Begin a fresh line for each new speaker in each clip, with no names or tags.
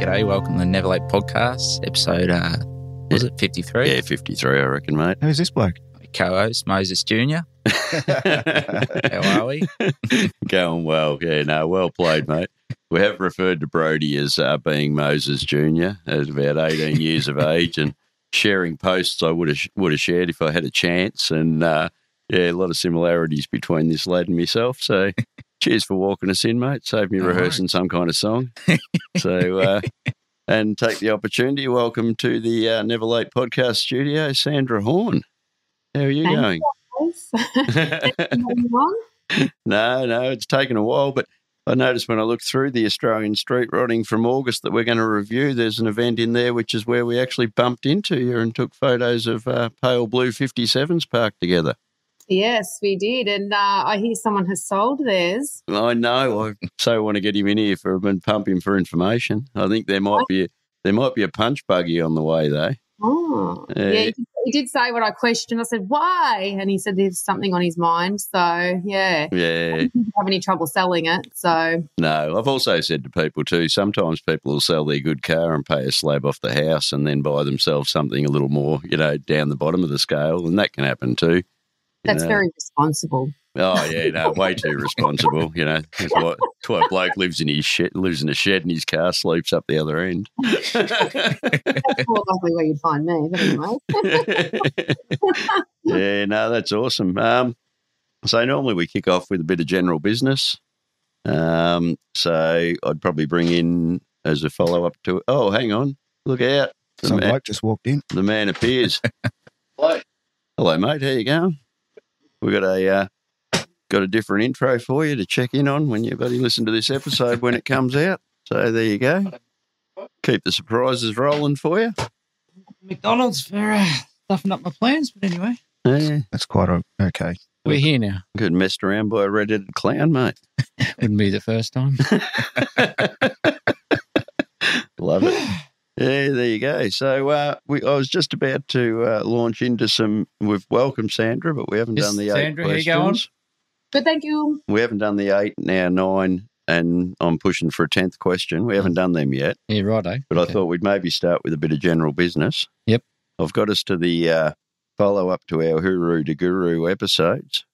G'day, welcome to the Never Late Podcast, episode, uh, was it 53?
Yeah, 53, I reckon, mate.
Who's this bloke?
Co host Moses Jr. How are we?
Going well. Yeah, no, well played, mate. We have referred to Brody as uh, being Moses Jr. as about 18 years of age and sharing posts I would have would have shared if I had a chance. And uh, yeah, a lot of similarities between this lad and myself. So cheers for walking us in, mate. Save me
No
rehearsing some kind of song. so, uh, and take the opportunity. Welcome to the uh, Never Late podcast studio, Sandra Horn. How are you
Thank
going?
Anyone?
No, no, it's taken a while, but I noticed when I looked through the Australian street rotting from August that we're going to review. There's an event in there which is where we actually bumped into you and took photos of uh, Pale Blue 57s parked together.
Yes, we did. And uh, I hear someone has sold theirs.
I know. I so want to get him in here for and pump him for information. I think there might be there might be a punch buggy on the way though.
Oh,
Yeah.
yeah. he, did, he did say what I questioned. I said, why? And he said there's something on his mind. So, yeah.
Yeah.
He didn't have any trouble selling it. So,
No, I've also said to people too. Sometimes people will sell their good car and pay a slab off the house, and then buy themselves something a little more, you know, down the bottom of the scale, and that can happen too. you
that's
know.
very responsible.
Oh yeah, no, way too responsible. You know, that's why, that's why a bloke lives in his shed, lives in a shed, and his car sleeps up the other end.
That's more likely where you'd find me. But anyway,
yeah, no, that's awesome. Um, so normally we kick off with a bit of general business. Um, so I'd probably bring in as a follow up to it. Oh, hang on, look out! The,
Some
ma-
bloke just walked in.
the man appears. Hello, hello, mate. How you going? We got a uh, got a different intro for you to check in on when you buddy listen to this episode when it comes out. So there you go. Keep the surprises rolling for you.
McDonald's for uh, stuffing up my plans. But anyway,
Yeah,
That's quite o okay.
We're
here now.
good messed around by a red-headed clown, mate.
wouldn't be the first time.
Love it. Yeah, there you go. So uh, we, I was just about to uh, launch into some. We've welcomed Sandra, but we haven't
Yes,
done the
Sandra, how
eight
you going?
questions.
but thank you.
We haven't done the eight, now nine, and I'm pushing for a tenth question. We
Mm.
haven't done them yet,
yeah, righto.
but I thought we'd maybe start with a bit of general business.
Yep.
I've got us to the uh, follow up to our Huru to Guru episodes,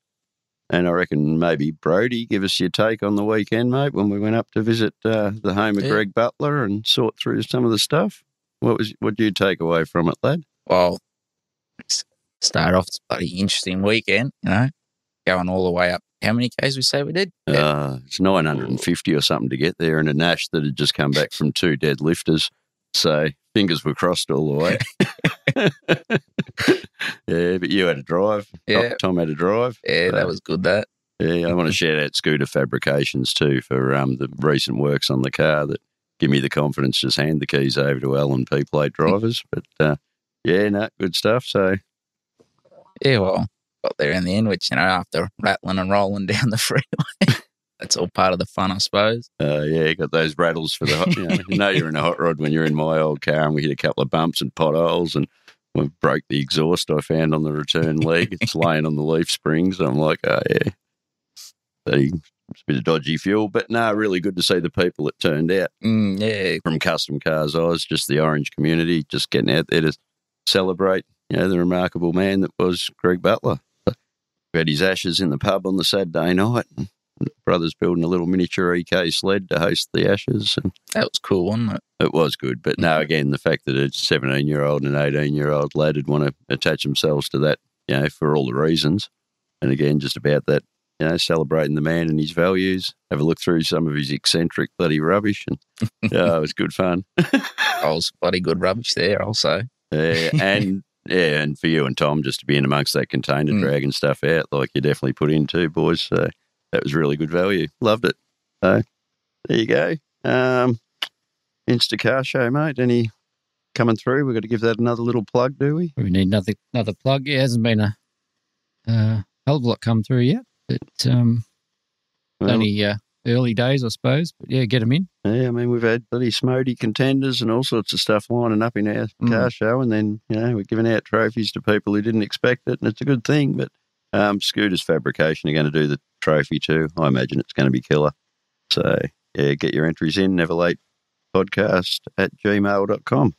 and I reckon maybe Brody give us your take on the weekend, mate, when we went up to visit uh, the home of
Yeah.
Greg Butler and sort through some of the stuff. What was what do you take away from it, lad?
Well, s- start off this bloody interesting weekend, you know, going all the way up. How many Ks we say we did?
Uh, it's 950 or something to get there, and a Nash that had just come back from two deadlifters. So fingers were crossed all the way. yeah, but you had a drive.
Yeah.
Tom had a drive.
Yeah, that was good, that.
Yeah, I want to shout out Scooter Fabrications too for um, the recent works on the car that give me the confidence to just hand the keys over to L and P plate drivers. But uh, yeah, no, good stuff. So
Yeah, well, got there in the end, which, you know, after rattling and rolling down the freeway, that's all part of the fun, I suppose.
Uh, yeah, you got those rattles for the hot. You know, you know you're in a hot rod when you're in my old car, and we hit a couple of bumps and potholes, and we broke the exhaust I found on the return leg. It's laying on the leaf springs. I'm like, oh yeah, so, it's a bit of dodgy fuel, but no, really good to see the people that turned out
Mm, yeah,
from Custom Cars Oz, just the Orange community, just getting out there to celebrate. You know, the remarkable man that was Greg Butler. We had his ashes in the pub on the Saturday night. and the Brothers building a little miniature EK sled to host the ashes, and
that was cool, wasn't it?
it was good. But now again, the fact that a seventeen-year-old and an eighteen-year-old lad would want to attach themselves to that, you know, for all the reasons, and again, just about that, you know, celebrating the man and his values. Have a look through some of his eccentric bloody rubbish, and oh, it was good fun.
I was bloody good rubbish there, also.
Yeah, Uh, and yeah, and for you and Tom just to be in amongst that container
Mm.
dragging stuff out like you definitely put in too, boys. So that was really good value. Loved it. So there you go. Um Instacar show, mate. Any coming through? We've got to give that another little plug, do we?
We need another another plug. Yeah, hasn't been a uh, hell of a lot come through yet. But um,
Well,
only uh, Early days, I suppose. But yeah, get them in.
Yeah, I mean, we've had bloody smody contenders and all sorts of stuff lining up in our
Mm.
car show, and then, you know, we're giving out trophies to people who didn't expect it, and it's a good thing. But um, Scooters Fabrication are going to do the trophy too. I imagine it's going to be killer. So, yeah, get your entries in, never late podcast at gmail.com.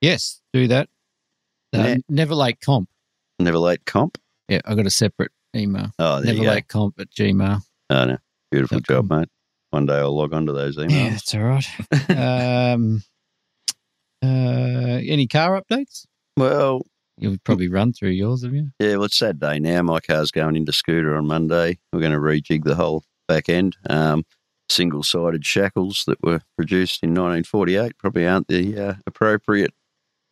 Yes, do that. Uh,
Yeah.
Never late comp.
Never late comp.
Yeah, I got a separate email.
Oh, there
Never
you go.
late comp at Gmail.
Oh, no. Beautiful
Dot com.
job, mate. One day I'll log onto those emails.
Yeah, it's all right. um, uh, any car updates?
Well,
You've probably run through yours, have you?
Yeah, well, it's Saturday now. My car's going into Scooter on Monday. We're going to rejig the whole back end. Um, Single sided shackles that were produced in 1948 probably aren't the uh, appropriate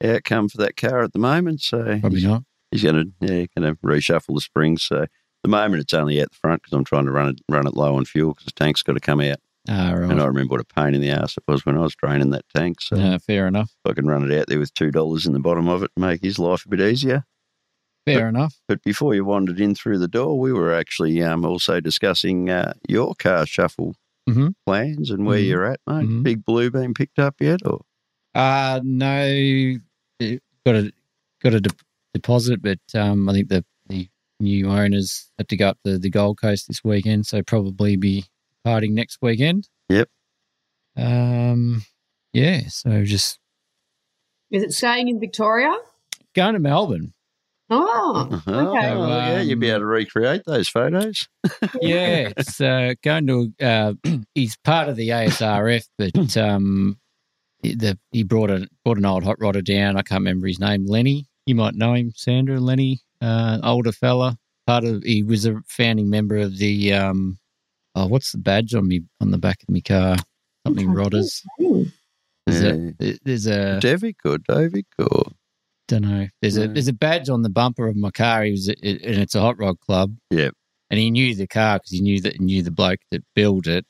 outcome for that car at the moment. So
Probably not.
he's going to yeah, going to reshuffle the springs. So at the moment it's only out the front because I'm trying to run it run it low on fuel because the tank's got to come out.
Ah, right.
And I remember what a pain in the ass it was when I was draining that tank. So
No, fair enough.
if I can run it out there with two dollars in the bottom of it, and make his life a bit easier.
Fair enough.
But before you wandered in through the door, we were actually um, also discussing uh, your car shuffle
Mhm.
plans and where
Mhm.
you're at, mate.
Mhm.
Big blue been picked up yet? Or
Uh no, it- got a got a de- deposit, but um, I think the the new owners had to go up the the Gold Coast this weekend, so probably be parting next weekend.
Yep.
Um, yeah. So just
Is it staying in Victoria?
going to Melbourne.
Oh,
Uh-huh,
Oh, yeah, you'd be
um,
able to recreate those photos.
yeah, it's uh, going to. Uh, he's part of the ASRF, but um, he- the he brought a brought an old hot rodder down. I can't remember his name. Lenny, you might know him. Sandra Lenny, uh, older fella. Part of he was a founding member of the. Um, oh, what's the badge on me on the back of my car? Something
Okay.
rodders.
Hmm.
Is
yeah.
There- There's a
Devic or Dovic or
don't know. There's a
Yeah.
there's a badge on the bumper of my car. He was, and it's a hot rod club.
Yep.
And he knew the car because he knew that knew the bloke that built it.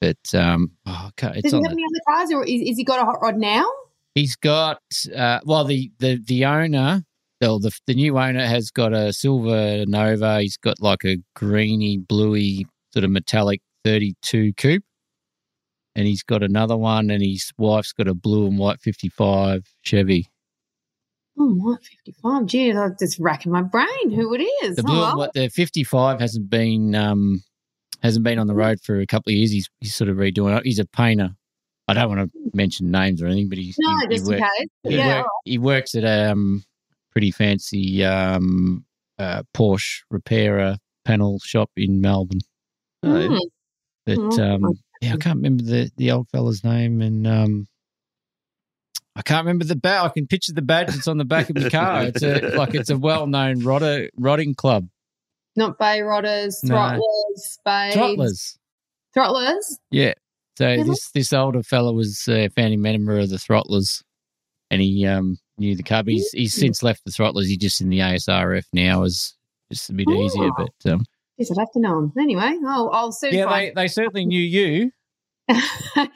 But um, oh, okay, it's
Does he
on.
have
The,
any other cars, or is, is he got a hot rod now?
he's got uh, well the the the owner. Well, the the new owner has got a silver Nova. He's got like a greeny, bluey sort of metallic thirty two coupe. And he's got another one, and his wife's got a blue and white 55 Chevy.
Oh, what fifty-five? Gee, I'm just racking my brain. Who it is? Oh,
the blue
Hello?
and what the 55 hasn't been um hasn't been on the road for a couple of years he's, he's sort of redoing it he's a painter i don't want to mention names or anything but he's
No,
he, he,
just in
work-
case.
he,
Yeah.
work- he works at a um, pretty fancy um uh, porsche repairer panel shop in melbourne
Oh, yeah.
Hmm.
that
Mm.
um yeah i can't remember the the old fella's name and um I can't remember the badge. I can picture the badge that's on the back of the car. It's a, like it's a well-known rodder, rodding club.
Not bay rodders,
No.
throttlers, bay
Trottlers.
throttlers.
Yeah. So
Really?
this this older fella was uh, a founding member of the Throttlers, and he um knew the car. But he's he's since left the Throttlers. He's just in the ASRF now. Is just a bit easier,
Oh.
but um,
Yes, I'd have to know him. Anyway, I'll, I'll soon
yeah, they,
find
they certainly knew you.
yeah,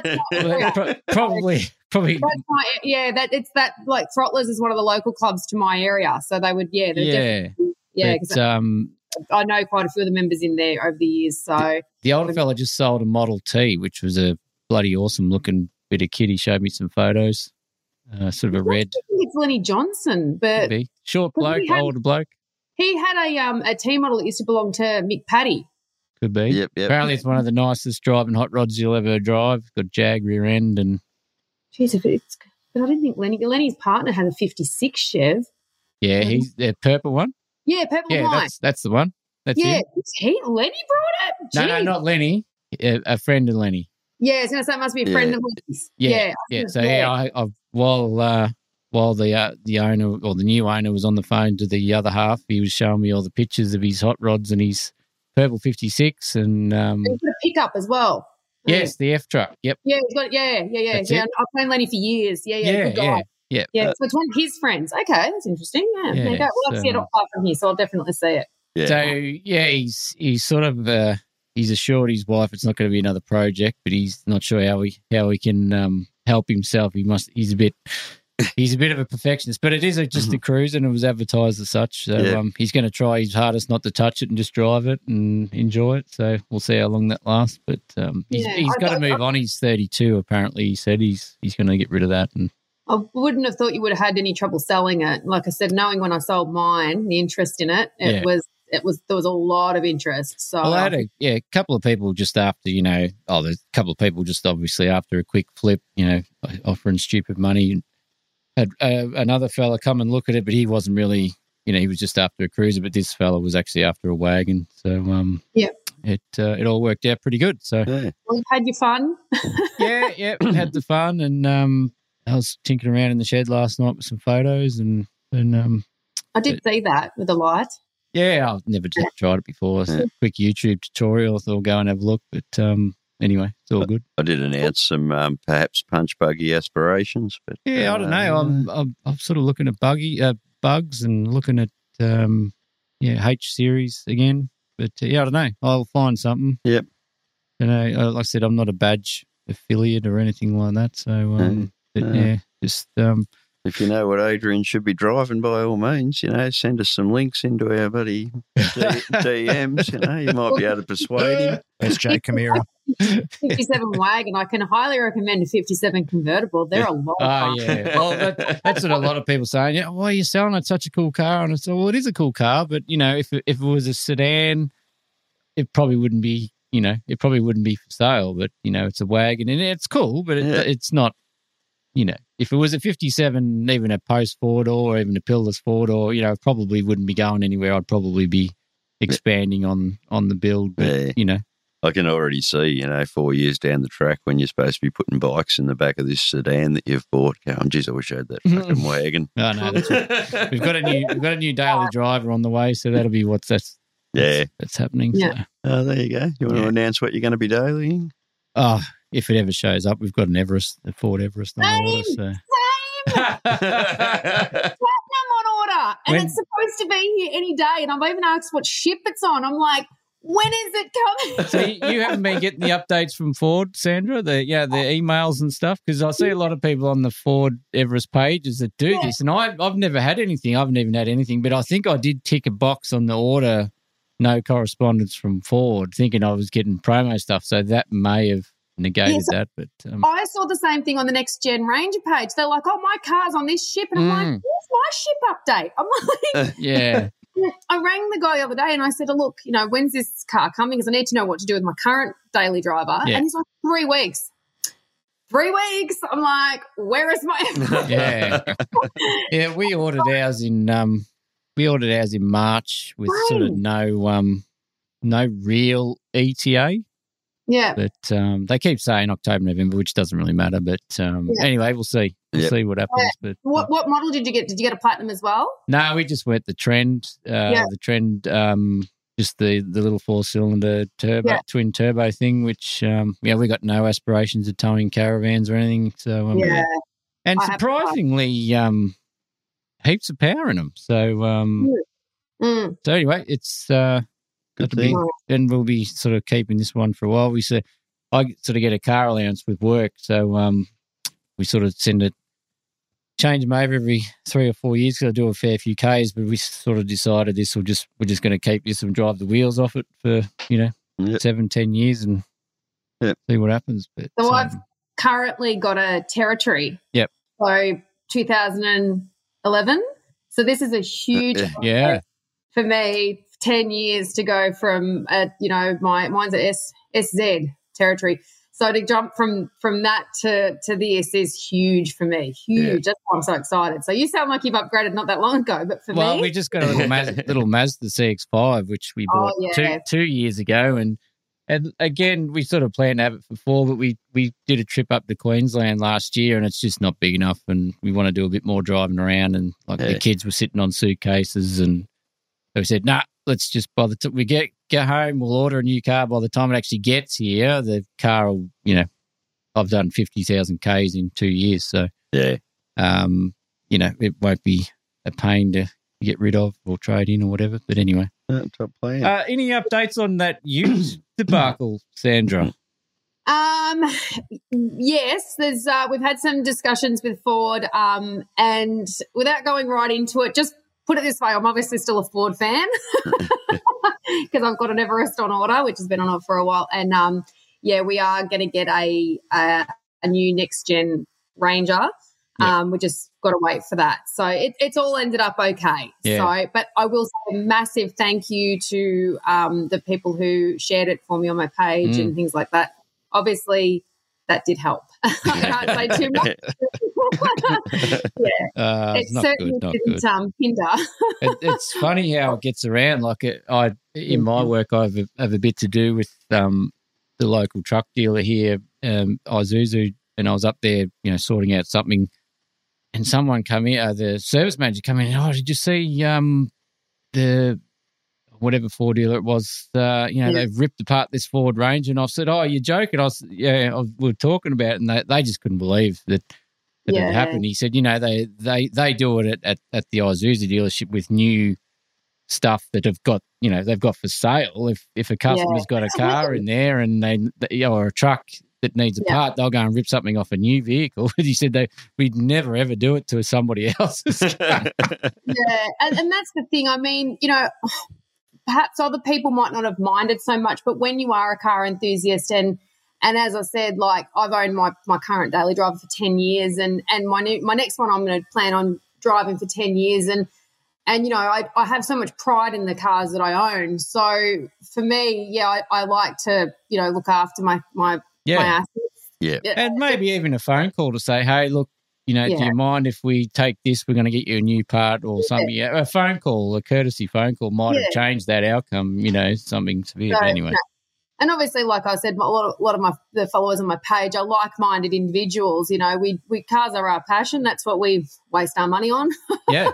that's not
Well,
yeah.
pro- probably probably
That's my, yeah, that it's that like Throttlers is one of the local clubs to my area, so they would yeah, they're definitely-
yeah.
yeah.
but,
'cause
um,
I know quite a few of the members in there over the years, so
the older fella just sold a Model T, which was a bloody awesome looking bit of kit. He showed me some photos. Uh, sort of a red,
I think it's Lenny Johnson, but
maybe. short
Well,
bloke,
we had-
older bloke,
he had a um a T model that used to belong to Mick Paddy.
could be.
Yep, yep.
Apparently, it's one of the nicest driving hot rods you'll ever drive. Got jag rear end, and
Jeez, if it's but I didn't think Lenny Lenny's partner had a fifty six Chev.
yeah,
Mhm.
he's the purple one.
Yeah, purple
Yeah,
and white.
that's that's the one. That's
Oh, Yeah,
him.
it's he Lenny brought it.
No,
Jeez.
no, not Lenny. A, a friend of Lenny.
Yeah, so that must be a
Yeah.
friend of Lenny's.
Yeah,
yeah,
Yeah. So yeah, I, I while uh, while the uh, the owner or the new owner was on the phone to the other half, he was showing me all the pictures of his hot rods and his purple fifty six and um,
And he's got a pickup as well.
yes, the F truck. Yep.
Yeah, he's got, yeah, yeah, yeah.
That's
yeah.
it.
I've known Lenny for years. Yeah, yeah,
Yeah,
good guy.
yeah. Uh,
Yeah. so it's one of his friends. Okay, that's interesting. Yeah, there you
Yeah,
go. Well, I've
so-
seen it not far from here, so I'll definitely see it.
Yeah.
So yeah, he's he's sort of uh, he's assured his wife it's not going to be another project, but he's not sure how he how he can um, help himself. He must he's a bit he's a bit of a perfectionist, but it is a, just a cruise, and it was advertised as such. So
Mm-hmm. Yeah.
um, he's going to try his hardest not to touch it and just drive it and enjoy it. So we'll see how long that lasts. But um, he's,
Yeah,
he's
I
got to
don't-
move on. He's thirty-two. Apparently, he said he's he's going to get rid of that. And
I wouldn't have thought you would have had any trouble selling it. Like I said, knowing when I sold mine, the interest in it, it
Yeah.
was it was there was a lot of interest. So
well, I had a yeah, a couple of people just after you know, oh, there's a couple of people just obviously after a quick flip, you know, offering stupid money. Had uh, another fella come and look at it, but he wasn't really, you know, he was just after a cruiser. But this fella was actually after a wagon, so um,
Yeah.
it uh, it all worked out pretty good. So
Yeah.
Well, you've had your fun.
yeah, yeah, had the fun, and um, I was tinkering around in the shed last night with some photos, and and um,
I did see that with the light.
yeah, I've never just tried it before. It's
Yeah.
a quick YouTube tutorial. I thought I'll go and have a look, but um, anyway, it's all good.
I did announce some um, perhaps punch buggy aspirations, but
Yeah, I don't know.
uh,
I'm I'm, I'm sort of looking at buggy uh, bugs and looking at um, yeah H series again. But uh, yeah, I don't know. I'll find something.
Yep.
You know, uh, like I said, I'm not a badge affiliate or anything like that. So um, but,
no.
yeah, just um,
if you know what Adrian should be driving, by all means, you know, send us some links into our buddy D- DMs. You know, you might be able to persuade him.
That's Jay Kamira.
57 wagon. I can highly recommend a 57 convertible. They're a
Oh,
lot of
Ah,
fun.
yeah. Well, that, that's what a lot of people saying. Yeah, why are you selling it? Such a cool car, and it's well, it is a cool car, but you know, if it- if it was a sedan, it probably wouldn't be. You know, it probably wouldn't be for sale. But you know, it's a wagon, and it's cool, but it,
Yeah.
it's not. You know, if it was a '57, even a post four door, or even a pillarless four door, you know, it probably wouldn't be going anywhere. I'd probably be expanding on on the build, but
Yeah.
you know,
I can already see, you know, four years down the track when you're supposed to be putting bikes in the back of this sedan that you've bought. Going, geez, I wish I had that fucking wagon.
I know that's We've got a new we've got a new daily driver on the way, so that'll be what's that's
yeah.
that's happening.
Yeah.
so.
Oh, there you go. You want
Yeah.
to announce what you're going to be dailying?
Oh, if it ever shows up, we've got an Everest, a Ford Everest on order. So.
Same platinum on order. And
When-
it's supposed to be here any day. And I'm even asked what ship it's on. I'm like, when is it coming?
so you you haven't been getting the updates from Ford, Sandra? The yeah, the emails and stuff because I see a lot of people on the Ford Everest pages that do this, and I, I've never had anything. I haven't even had anything, but I think I did tick a box on the order, no correspondence from Ford, thinking I was getting promo stuff. So that may have negated
Yes.
that. But um,
I saw the same thing on the next gen Ranger page. They're like, oh, my car's on this ship. And I'm like,
Mm.
where's my ship update? I'm like,
yeah,
I rang the guy the other day and I said, oh, look, you know, when's this car coming? Because I need to know what to do with my current daily driver.
Yeah.
And he's like, three weeks. Three weeks. I'm like, where is my.
yeah, yeah. We ordered ours in um, we ordered ours in March with sort of
Right.
no um, no real ETA,
yeah.
but um, they keep saying October, November, which doesn't really matter. But um,
Yeah.
anyway, we'll see. We'll
Yep.
see what happens. But
What, what model did you get? Did you get a platinum as well?
no, we just went the trend. Uh,
Yeah.
The trend. Um, just the, the little four cylinder turbo
Yeah.
twin turbo thing, which um, yeah, we got no aspirations of towing caravans or anything. So um,
Yeah.
and
I have-
surprisingly, um, heaps of power in them. So, um,
Mm.
so anyway, it's uh,
Good
got to be,
thing.
and we'll be sort of keeping this one for a while. We say I sort of get a car allowance with work, so um, we sort of send it, change them over every three or four years because I do a fair few k's. But we sort of decided this will just we're just going to keep this and drive the wheels off it for you know
Yep.
seven ten years and
Yep.
see what happens. But
So I've-
um,
Currently got a territory.
Yep.
So 2011. So this is a huge
Yeah.
yeah,
for me 10 years to go from uh, you know my mine's a S, sz territory so to jump from from that to to this is huge for me huge
Yeah.
that's why i'm so excited so you sound like you've upgraded not that long ago but for
well,
me
we just got a little, Maz- little Mazda CX-5, which we
Oh,
bought
yeah.
two two years ago, and and again, we sort of planned to have it for four, but we we did a trip up to Queensland last year, and it's just not big enough, and we want to do a bit more driving around, and like
Yeah.
the kids were sitting on suitcases, and so we said, nah, let's just by the time we get get home, we'll order a new car. By the time it actually gets here, the car will, you know, I've done fifty thousand k's in two years, so
Yeah.
um, you know, it won't be a pain to get rid of or trade in or whatever. But anyway,
Uh, Top plan.
uh, any updates on that used debacle, Sandra?
Um, yes, there's. Uh, we've had some discussions with Ford, um, and without going right into it, just put it this way: I'm obviously still a Ford fan because I've got an Everest on order, which has been on order for a while. And um, yeah, we are going to get a, a a new next gen Ranger.
Yeah.
Um, we just got to wait for that. So it, it's all ended up okay.
Yeah.
So, but I will say a massive thank you to um, the people who shared it for me on my page
Mm.
and things like that obviously that did help. I can't say too much.
Uh,
it
not
certainly
good, not good.
didn't um, hinder.
it, it's funny how it gets around. Like it, I, in my
Mm-hmm.
work, I have a, have a bit to do with um, the local truck dealer here, um, Izuzu, and I was up there, you know, sorting out something, and someone come in, uh, the service manager come in, oh, did you see um, the whatever Ford dealer it was, uh, you know,
Yeah.
they've ripped apart this Ford Range, and I said, oh, you're joking? I was, yeah, I was, we were talking about, it, and they, they just couldn't believe that that
Yeah.
had happened. He said, you know, they they they do it at, at, at the Izuzu dealership with new stuff that have got you know they've got for sale. If if a customer's got a car in there and they they- or a truck that needs a
Yeah.
part, they'll go and rip something off a new vehicle. he said they we'd never ever do it to somebody else's.
yeah, and, and that's the thing. I mean, you know, perhaps other people might not have minded so much, but when you are a car enthusiast and and as I said, like I've owned my, my current daily driver for ten years, and and my new, my next one I'm going to plan on driving for ten years, and and you know I, I have so much pride in the cars that I own. So for me, yeah, I, I like to you know look after my my my
yeah,
assets.
and maybe even a phone call to say, hey, look. You know, do
Yeah.
you mind if we take this? We're going to get you a new part or something. Yeah, A phone call, a courtesy phone call, might
Yeah.
have changed that outcome. You know, something severe.
So,
But anyway,
and obviously, like I said, my- a lot of, a lot of my the followers on my page are like-minded individuals. You know, we we cars are our passion. That's what we waste our money on.
yeah,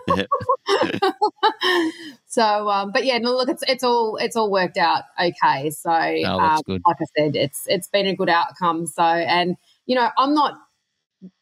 so, um, but yeah, no, look, it's it's all it's all worked out okay. So,
that's
um,
good.
like I said, it's it's been a good outcome. So, and you know, I'm not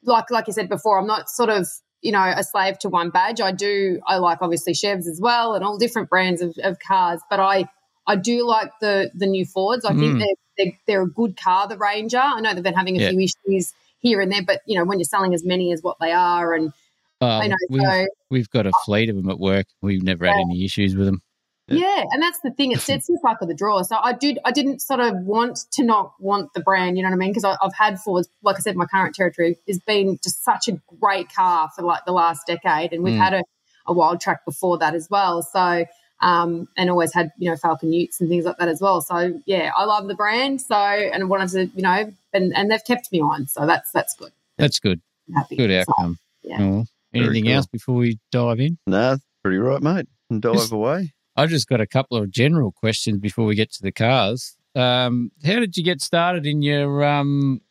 like like you said before, I'm not sort of you know a slave to one badge. I do I like obviously Chevs as well and all different brands of, of cars, but I I do like the the new Fords. I think
Mm.
they're, they're they're a good car, the Ranger. I know they've been having a
Yeah.
few issues here and there, but you know when you're selling as many as what they are, and I
Um,
know
we've,
so
we've got a fleet of them at work. We've never had any issues with them.
Yeah.
Yeah, and that's the thing. It's it's just like of the draw. So I did. I didn't sort of want to not want the brand. You know what I mean? Because I've had Fords. Like I said, my current territory has been just such a great car for like the last decade, and we've
Mm.
had a, a wild track before that as well. So um, and always had you know Falcon Utes and things like that as well. So yeah, I love the brand. So and I wanted to you know and and they've kept me on. So that's that's good.
That's good.
I'm happy.
Good
So,
outcome.
yeah.
Oh,
Very
anything
cool.
else before we dive in?
nah, pretty right, mate. Dive
Just-
away.
I've just got a couple of general questions before we get to the cars. Um, how did you get started in your um,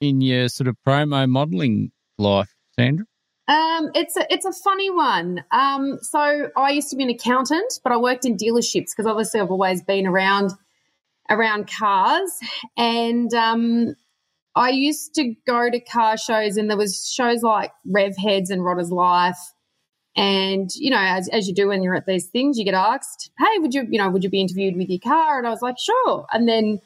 in your sort of promo modelling life, Sandra?
Um, it's a it's a funny one. Um, so I used to be an accountant, but I worked in dealerships because obviously I've always been around around cars, and um, I used to go to car shows, and there was shows like Rev Heads and Rodder's Life, and you know, as, as you do when you're at these things, you get asked, "Hey, would you you know would you be interviewed with your car?" And I was like, "Sure," and then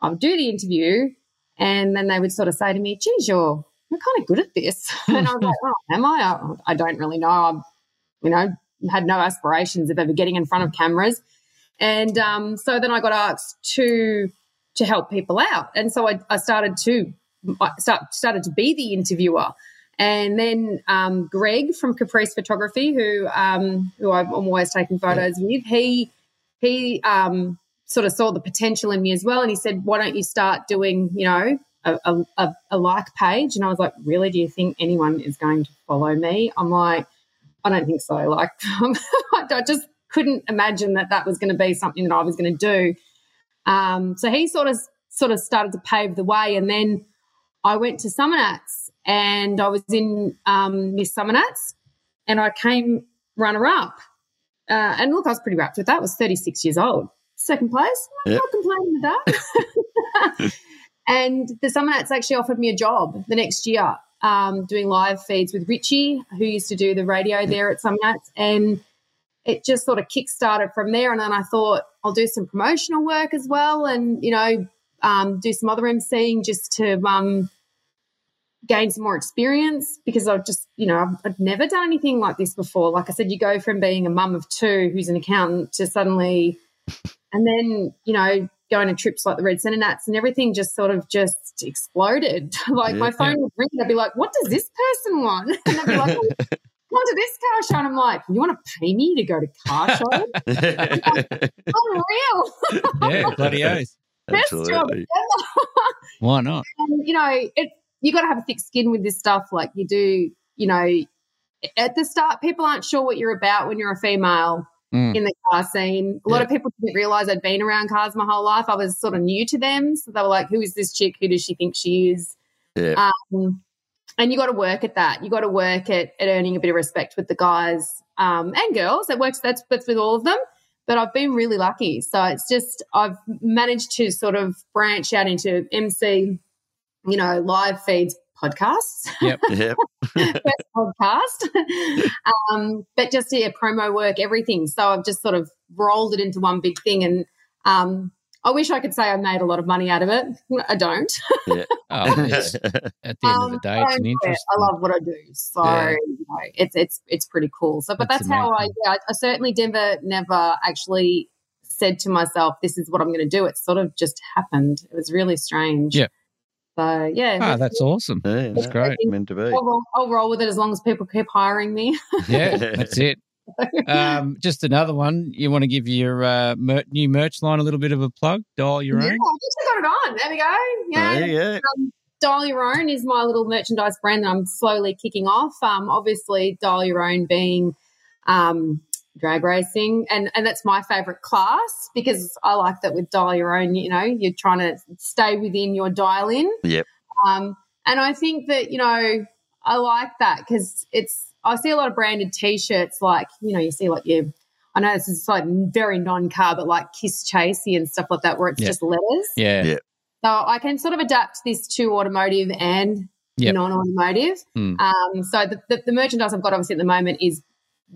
I would do the interview, and then they would sort of say to me, geez, you're, you're kind of good at this. And I was like, oh, am I? I- I don't really know. I'm, you know, had no aspirations of ever getting in front of cameras. And um, so then I got asked to to help people out. And so I, I started to I start, started to be the interviewer. And then um, Greg from Caprice Photography, who um, who I'm always taking photos with, he he um, sort of saw the potential in me as well. And he said, why don't you start doing, you know, a, a, a, a like page? And I was like, really? Do you think anyone is going to follow me? I'm like, I don't think so. Like, I I just couldn't imagine that that was going to be something that I was going to do. Um, so he sort of sort of started to pave the way, and then I went to Summonats and I was in um, Miss Summonats, and I came runner up. Uh, and look, I was pretty wrapped with that. I was 36 years old, second place. I'm
Yep.
not complaining with that. and the Summonats actually offered me a job the next year, um, doing live feeds with Richie, who used to do the radio there at Summonats, and it just sort of kick started from there. And then I thought I'll do some promotional work as well, and you know, um, do some other emceeing just to um, gain some more experience because I've just, you know, I've, I've never done anything like this before. Like I said, you go from being a mum of two who's an accountant to suddenly, and then, you know, going to trips like the Red Centre Nats and everything just sort of just exploded. like my
Yeah.
phone would ring and I'd be like, what does this person want? And I'd be like, "Oh, I want to this car show. And I'm like, you want to pay me to go to car show? Unreal.
Yeah, bloody oath.
Best job
Absolutely.
ever.
Why not?
and you know it you got to have a thick skin with this stuff like you do you know at the start people aren't sure what you're about when you're a female
Mm.
in the car scene a lot of people didn't realize i'd been around cars my whole life i was sort of new to them so they were like who is this chick who does she think she is
Yeah.
um, and you got to work at that you got to work at, at earning a bit of respect with the guys um, and girls that works that's, that's with all of them but I've been really lucky. So it's just I've managed to sort of branch out into MC, you know, live feeds, podcasts,
Yep.
first podcast, um, but just yeah, promo work, everything. So I've just sort of rolled it into one big thing, and um, I wish I could say I made a lot of money out of it. I don't.
Oh, it's, at the end of the
Um,
day,
I
it's an
enjoy it.
interest.
I love what I do, so
Yeah.
you know, it's it's it's pretty cool. So, but
That's
that's, how I,
amazing.
yeah, I I certainly never never actually said to myself, "This is what I'm going to do." It sort of just happened. It was really strange.
Yeah.
So yeah,
Ah, that's awesome.
Yeah,
That's
no,
great.
Meant to be.
I'll roll, I'll roll with it as long as people keep hiring me.
Yeah, that's it. Um, just another one. You want to give your uh, mer- new merch line a little bit of a plug? Dial your
Yeah, I
own.
guess I got it on. There we go. Yeah.
There you go.
Dial Your Own is my little merchandise brand that I'm slowly kicking off. Um, obviously, Dial Your Own being um, drag racing, and and that's my favorite class because I like that with Dial Your Own, you know, you're trying to stay within your dial in.
Yep.
Um, and I think that you know I like that because it's I see a lot of branded T-shirts like you know you see like you. I know this is like very non-car, but like Kiss Chasey and stuff like that, where it's
Yeah.
just letters.
Yeah.
Yeah.
So I can sort of adapt this to automotive and
Yep.
non-automotive.
Mm.
Um, so the, the, the merchandise I've got obviously at the moment is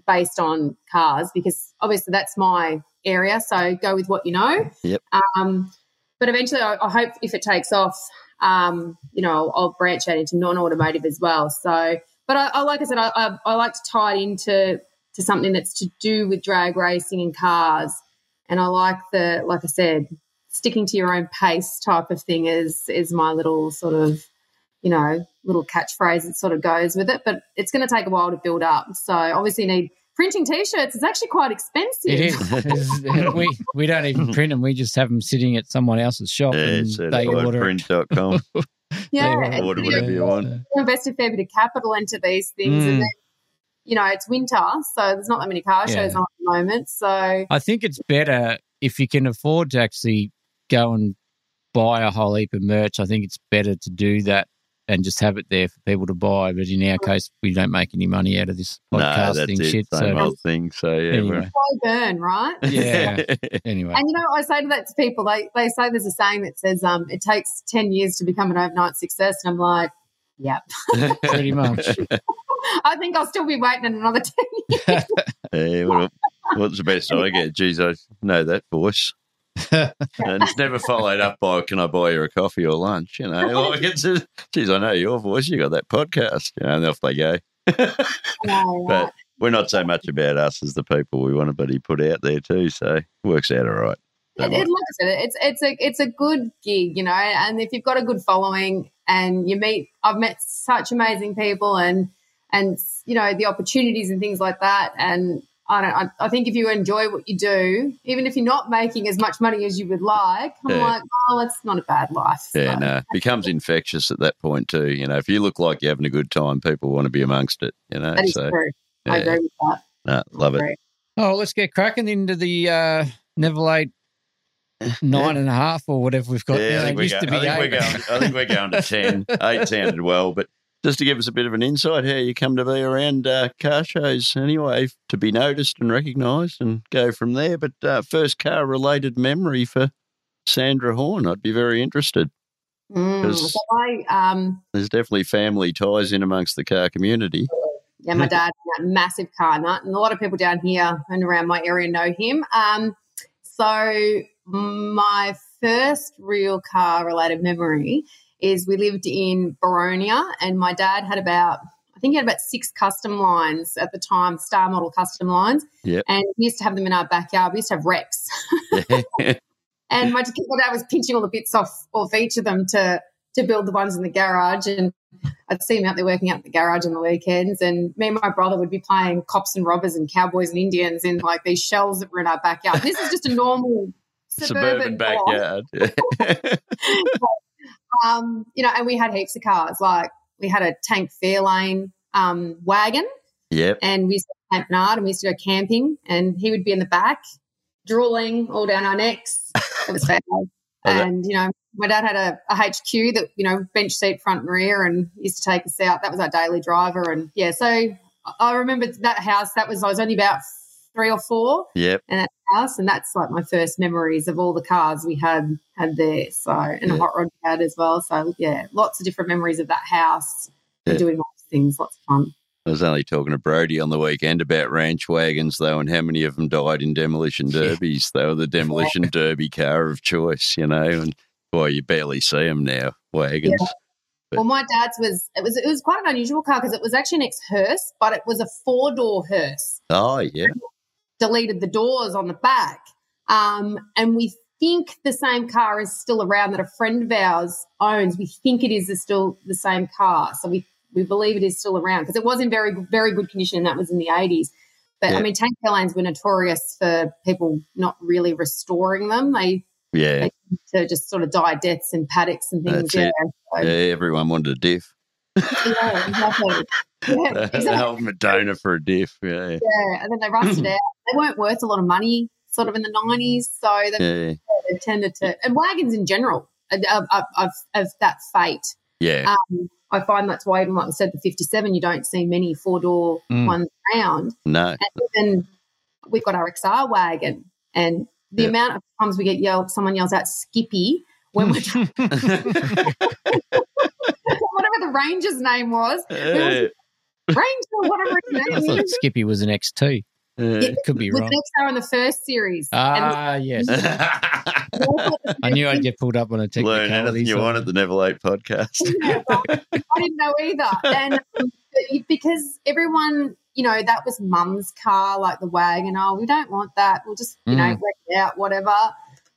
based on cars because obviously that's my area. So go with what you know.
Yep.
Um, but eventually, I, I hope if it takes off, um, you know, I'll, I'll branch out into non-automotive as well. So, but I, I like I said, I, I, I like to tie it into to something that's to do with drag racing and cars, and I like the like I said, sticking to your own pace type of thing is is my little sort of you know little catchphrase that sort of goes with it. But it's going to take a while to build up. So obviously, you need printing t-shirts is actually quite expensive.
It is. It's- we we don't even print them. We just have them sitting at someone else's shop
Yeah,
and they order. it.
certifiedprint.com.
Yeah,
They
order
it's-
it.
whatever you want.
So-
you invest a fair bit of capital into these things.
Mm.
And then, you know, it's winter, so there's not that many car shows
Yeah.
on at the moment. So,
I think it's better if you can afford to actually go and buy a whole heap of merch. I think it's better to do that and just have it there for people to buy. But in our case, we don't make any money out of this
No, that's
podcasting
it.
shit.
Same
So
old thing. So yeah,
anyway,
slow burn, right?
yeah, anyway,
And, you know, I say to that to people, they, they say there's a saying that says um, it takes 10 years to become an overnight success. And I'm like, yep.
we're,
pretty much.
I think I'll still be waiting another 10 years.
yeah, what, what's the best I get? Geez, I know that voice. and it's never followed up by "Can I buy you a coffee or lunch?" You know, like it's just, geez, I know your voice. You got that podcast, you know, and off they go.
No, right.
But we're not so much about us as the people we want to bloody put out there too. So works out all right.
it, it, like I said, it's it's a it's a good gig, you know. And if you've got a good following, and you meet, I've met such amazing people, and and you know the opportunities and things like that. And I don't, I, I think if you enjoy what you do, even if you're not making as much money as you would like, I'm
Yeah.
like, oh, that's not a bad life.
Yeah,
So,
no, it uh, becomes infectious at that point too. You know, if you look like you're having a good time, people want to be amongst it. You know,
that is
so
true. I
yeah,
agree with that.
no, love it.
Agree.
Oh, let's get cracking into the uh, Neville eight nine and a half or whatever we've got.
Yeah,
now.
I think,
It
we're
used
going,
to be
I, think we're
eight.
going, I think we're going to 10. 8 sounded well, but just to give us a bit of an insight how you come to be around uh, car shows anyway, to be noticed and recognised and go from there. But uh, first car related memory for Sandra Horn, I'd be very interested.
Mm,
'Cause-
so I, um,
There's definitely family ties in amongst the car community.
Yeah, my dad, a massive car nut, and a lot of people down here and around my area know him. Um, so my first real car related memory is we lived in Baronia and my dad had about I think he had about six custom lines at the time, star model custom lines.
Yep.
And we used to have them in our backyard. We used to have reps. And my, my dad was pinching all the bits off, off each of them to to build the ones in the garage. And I'd see him out there working out in the garage on the weekends. And me and my brother would be playing cops and robbers and cowboys and Indians in like these shells that were in our backyard. This is just a normal
Suburban
suburban, farm.
backyard.
Um, you know, and we had heaps of cars. Like we had a tank Fairlane um, wagon.
yep.
and we used to Camp Nard and we used to go camping and he would be in the back drooling all down our necks. It was bad.
that-
and, you know, my dad had a, a HQ that, you know, bench seat front and rear and used to take us out. That was our daily driver. And yeah, so I- I remember that house. That was, I was only about three or four
Yep.
house. And that's like my first memories of all the cars we had had there. So, and a
Yeah.
hot rod we had as well. So yeah, lots of different memories of that house
Yeah.
and doing lots of things, lots of fun.
I was only talking to Brody on the weekend about ranch wagons, though, and how many of them died in demolition
Yeah.
derbies. They were the demolition derby car of choice, you know, and boy, you barely see them now, wagons. but-
Well, my dad's was it was it was quite an unusual car because it was actually an ex hearse, but it was a four door hearse.
Oh, yeah.
Deleted the doors on the back, um, and we think the same car is still around that a friend of ours owns. We think it is still the same car, so we we believe it is still around because it was in very very good condition. and That was in the eighties. But
Yeah.
I mean, tank airlines were notorious for people not really restoring them. They
Yeah.
to just sort of die deaths in paddocks and things.
That's it.
Yeah,
yeah everyone wanted a diff.
so, yeah, exactly. Yeah,
Exactly.
exactly.
Madonna for a diff. Yeah.
Yeah, and then they
Hmm.
rusted out. They weren't worth a lot of money, sort of in the nineties. So they
Yeah.
they tended to, and wagons in general, of, of, of, of that fate.
Yeah.
Um, I find that's why, even like I said, the fifty-seven, you don't see many four-door
Mm.
ones around.
No.
And even we've got our XR wagon, and the
Yeah.
amount of times we get yelled, someone yells out "Skippy" when we're whatever the ranger's name was,
Yeah.
ranger, whatever
I
his name
thought
is.
Skippy was an XT.
Yeah.
Could be
With
wrong.
an XR in the first series. and
Ah, yes. I knew I'd get pulled up on a
Learn
technicality.
anything you
so-
want at the Neville 8 podcast.
Yeah, well, I didn't know either. And um, but you- because everyone, you know, that was mum's car, like the wagon. Oh, we don't want that. We'll just, you know,
Mm.
work it out, whatever,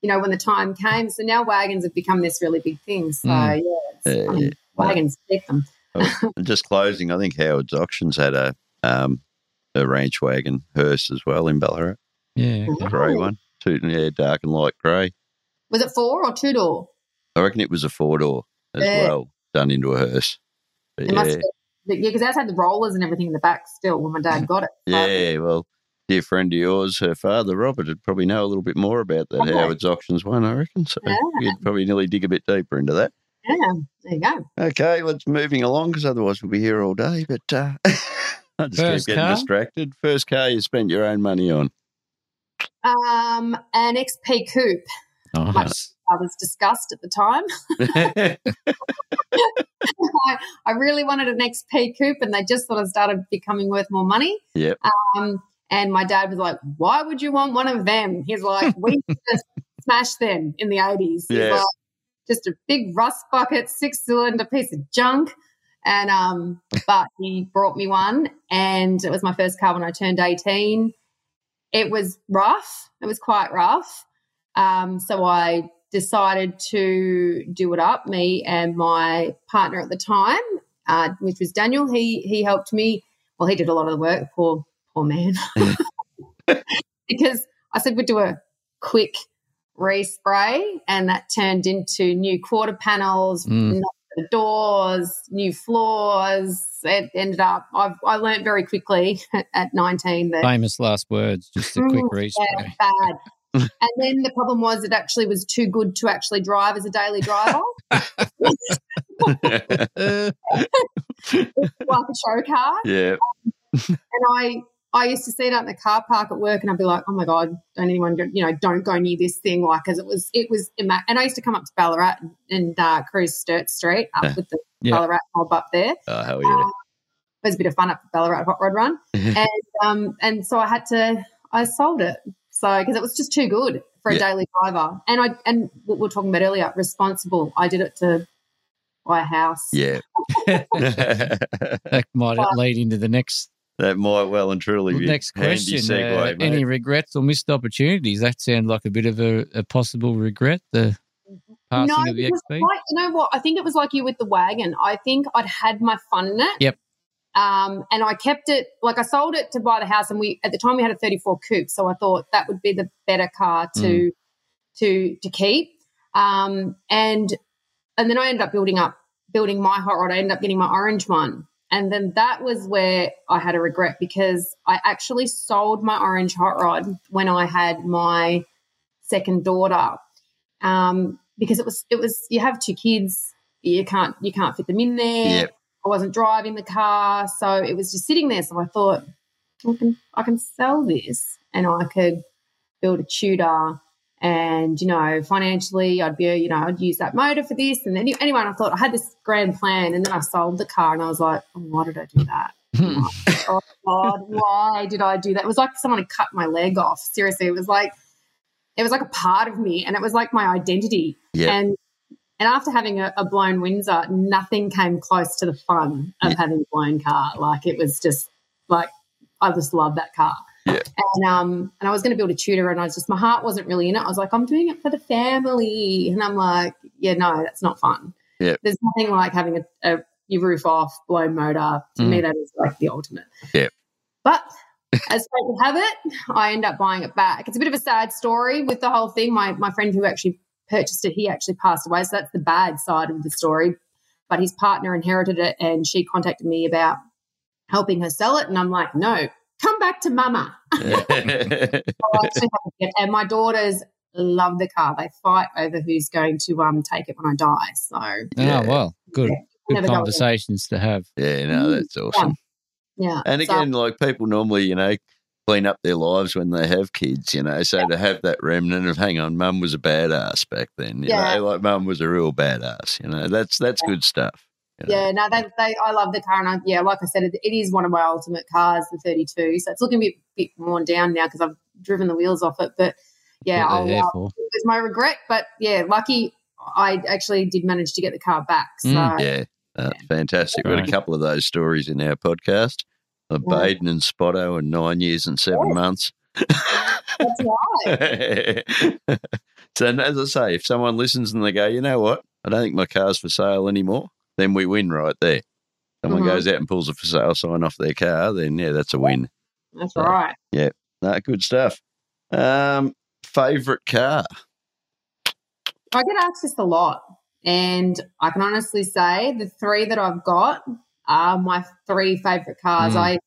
you know, when the time came. So now wagons have become this really big thing. So,
Mm.
yeah, it's, I mean,
Yeah.
wagons, take them.
And just closing, I think Howard's Auctions had a um, a ranch wagon hearse as well in Ballarat,
Yeah.
a grey one, two, yeah, dark and light grey.
Was it four or two door?
I reckon it was a four door as
Yeah.
well, done into a hearse. But
It must
yeah,
have been. Yeah, because that's had the rollers and everything in the back still when my dad got it.
yeah, well, dear friend of yours, her father Robert would probably know a little bit more about that
Okay.
Howard's Auctions one, I reckon. So
Yeah.
you'd probably nearly dig a bit deeper into that.
Yeah, there you go.
Okay, let's moving along because otherwise we'll be here all day. But uh, I just
First
keep getting
car?
distracted. First car you spent your own money on.
Um, an XP coupe
Nice.
I was discussed at the time. I, I really wanted an XP coupe, and they just sort of started becoming worth more money.
Yep.
Um, and my dad was like, "Why would you want one of them?" He's like, "We just smashed them in the eighties.
Yeah.
just a big rust bucket, six cylinder piece of junk." And um, but he brought me one, and it was my first car when I turned eighteen. It was rough. It was quite rough. Um, so I decided to do it up. Me and my partner at the time, uh, which was Daniel, he he helped me. Well, he did a lot of the work. Poor poor man. because I said we'd do a quick respray, and that turned into new quarter panels,
Mm.
knocks for the doors, new floors. It ended up. I've, I learned very quickly at nineteen that
Famous last words. Just a quick
Mm,
respray.
bad. and then the problem was it actually was too good to actually drive as a daily driver, like a show car.
yeah.
And I, I used to see it out in the car park at work, and I'd be like, "Oh my god, don't anyone, go, you know, don't go near this thing," like because it was, it was, imma- and I used to come up to Ballarat and, and uh, cruise Sturt Street up
Yeah.
with the
Yeah.
Ballarat mob up there.
Oh, hell yeah.
It was a bit of fun up at Ballarat Hot Rod Run, and um, and so I had to, I sold it, so because it was just too good for a
Yeah.
daily driver. And I and what we were talking about earlier, responsible. I did it to buy a house.
Yeah. that
That might
Well-
lead into the next
might well and truly be
next
handy
question.
segue,
uh,
mate.
any regrets or missed opportunities? That sounds like a bit of a, a possible regret. The passing of the
because
XP.
like- you know what? I think it was like you with the wagon. I think I'd had my fun in it.
Yep.
Um, and I kept it like I sold it to buy the house, and we at the time we had a 34 coupe, so I thought that would be the better car to
Mm.
to to keep. Um, and and then I ended up building up building my hot rod. I ended up getting my orange one, and then that was where I had a regret because I actually sold my orange hot rod when I had my second daughter um, because it was it was you have two kids you can't you can't fit them in there
Yep.
i wasn't driving the car so it was just sitting there so i thought i can i can sell this and i could build a tutor and you know financially i'd be you know i'd use that motor for this and then anyway and i thought i had this grand plan and then i sold the car and i was like oh, why did i do that
Hmm.
oh god why did i do that it was like someone had cut my leg off seriously it was like it was like a part of me and it was like my identity
Yeah.
and and after having a, a blown windsor nothing came close to the fun of
Yeah.
having a blown car like it was just like i just love that car
Yeah.
and um and i was going to build a tutor and i was just my heart wasn't really in it i was like i'm doing it for the family and i'm like yeah no that's not fun
Yeah.
there's nothing like having a, a your roof off blown motor to me that is like the ultimate
Mm. Yeah.
but as fate would have it, I end up buying it back. It's a bit of a sad story with the whole thing. My my friend who actually purchased it, he actually passed away, so that's the bad side of the story. But his partner inherited it, and she contacted me about helping her sell it, and I'm like, no, come back to mama. I actually have it. and my daughters love the car. They fight over who's going to um take it when I die. So
Oh well, good
Never
good
go in.
conversations to have.
yeah,
Mm.
no, that's awesome.
yeah,
And
so-
again, like people normally, you know, clean up their lives when they have kids, you know. So to have that remnant of hang on, mum was a badass back then, you
Yeah.
know, like mum was a real badass, you know. That's that's good stuff. you know.
Yeah, no, they, they, I love the car, and I, yeah, like I said, it, it is one of my ultimate cars, the 32. So it's looking a bit, bit worn down now because I've driven the wheels off it. But yeah,
what
I'll,
they're there
uh,
for.
it was my regret. But yeah, lucky I actually did manage to get the car back. So
Mm,
Yeah, uh, fantastic. We've got
Right.
a couple of those stories in our podcast. Uh,
Yeah.
Baden and Spotto and nine years and seven
Oh.
months.
that's right.
so, and as I say, if someone listens and they go, you know what, I don't think my car's for sale anymore, then we win right there. Someone
Mhm.
goes out and pulls a for sale sign off their car, then yeah, that's a win.
That's
Yeah.
right.
No, good stuff. Um, favorite car?
I get asked this a lot, and I can honestly say the three that I've got are my three favorite cars.
Mm.
I,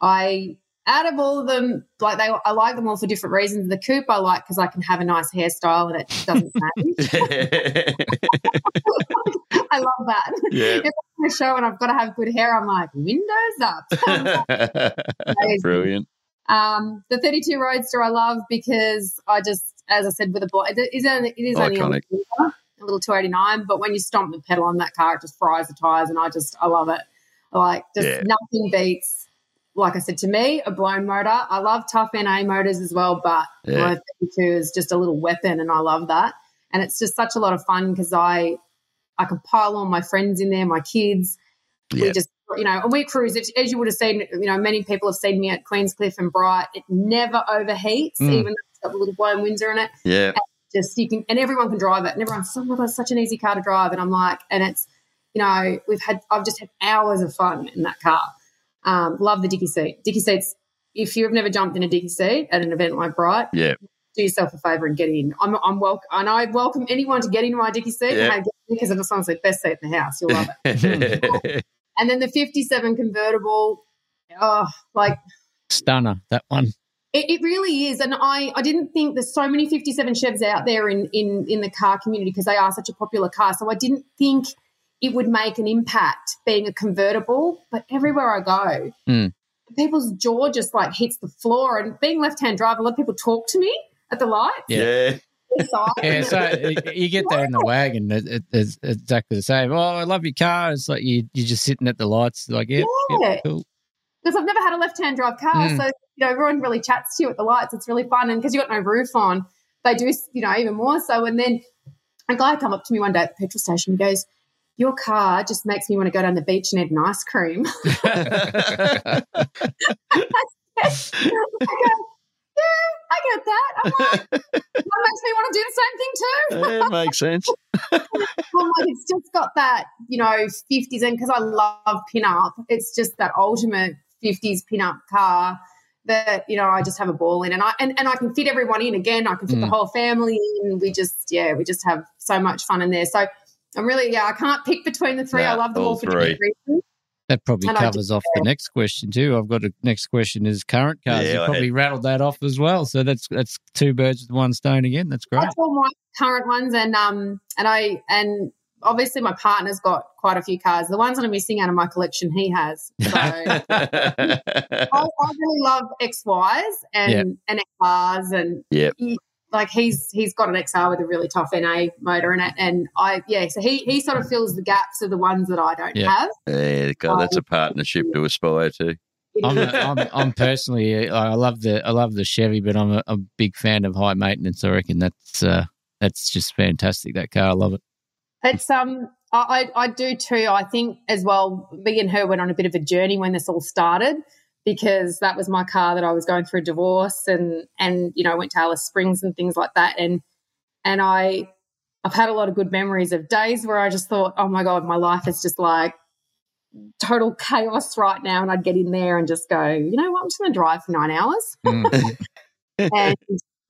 I out of all of them, like they, I like them all for different reasons. The coupe I like because I can have a nice hairstyle and it doesn't change. I love that.
Yeah.
If I'm on a show and I've got to have good hair, I'm like windows up. Amazing.
Brilliant.
um, the 32 Roadster I love because I just, as I said, with a blow, it is only, it is only a
Iconic.
little, mover, a little 289, but when you stomp the pedal on that car, it just fries the tires, and I just, I love it. Like, just
Yeah.
nothing beats. Like I said, to me, a blown motor. I love tough NA motors as well, but
Yeah.
my 32 is just a little weapon, and I love that. And it's just such a lot of fun because I, I can pile all my friends in there, my kids, we
Yeah.
just you know and we cruise it as you would have seen you know many people have seen me at queenscliff and bright it never overheats
Mm.
even though it's got the little blown windsor in it
Yeah.
just you can and everyone can drive it and everyone's oh my god it's such an easy car to drive and i'm like and it's you know we've had i've just had hours of fun in that car um, love the dicky seat dicky seats if you've never jumped in a dicky seat at an event like bright
Yeah.
do yourself a favor and get in i'm, I'm welcome and i welcome anyone to get in my dicky seat
Yeah.
and I get in because it's honestly the best seat in the house you'll love it and then the 57 convertible, oh, like
Stunner that one.
it, it really is. And I, I didn't think there's so many 57 Chevs out there in, in, in the car community because they are such a popular car. So I didn't think it would make an impact being a convertible, but everywhere I go,
Mm.
people's jaw just like hits the floor. And being left hand driver, a lot of people talk to me at the light.
yeah.
Yeah, so y- you get that in the wagon. It, it, it's exactly the same. Oh, I love your car. It's like you you're just sitting at the lights. Like yeah,
Yeah.
cool.
because I've never had a left-hand drive car,
Mm.
so you know everyone really chats to you at the lights. It's really fun, and because you've got no roof on, they do, you know, even more so. And then a guy come up to me one day at the petrol station. He goes, "Your car just makes me want to go down the beach and eat an ice cream." I go, yeah, I get that. I'm like, that makes me want to do the same thing too.
Yeah, makes sense.
I'm like, it's just got that, you know, 50s. And because I love pin-up, it's just that ultimate 50s pin-up car that, you know, I just have a ball in. And I and, and I can fit everyone in again. I can fit the
Mm.
whole family in. We just, yeah, we just have so much fun in there. So I'm really, yeah, I can't pick between the three. I
Nah,
love them
all
all, for different reasons.
That probably
And I just-
covers off the next question too. I've got a next question is current cars.
Yeah, I
you
had-
probably rattled that off as well. So that's that's two birds with one stone again. That's great.
That's all my current ones, and um, and I and obviously my partner's got quite a few cars. The ones that I'm missing out of my collection, he has. So I, I really love XYs and and XRs, and
Yep.
he- like he's he's got an XR with a really tough NA motor in it, and I yeah, so he he sort of fills the gaps of the ones that I don't
Yeah.
have.
yeah, God, that's a partnership to aspire to.
I'm, a, I'm, I'm personally, I love the I love the Chevy, but I'm a, a big fan of high maintenance. I reckon that's uh, that's just fantastic. That car, I love it.
It's um, I I I do too. I think as well. Me and her went on a bit of a journey when this all started because that was my car that I was going through a divorce and and you know went to Alice Springs and things like that and and I I've had a lot of good memories of days where I just thought, oh my god, my life is just like total chaos right now and I'd get in there and just go, you know what, I'm just going to drive for 9 hours
Mm.
and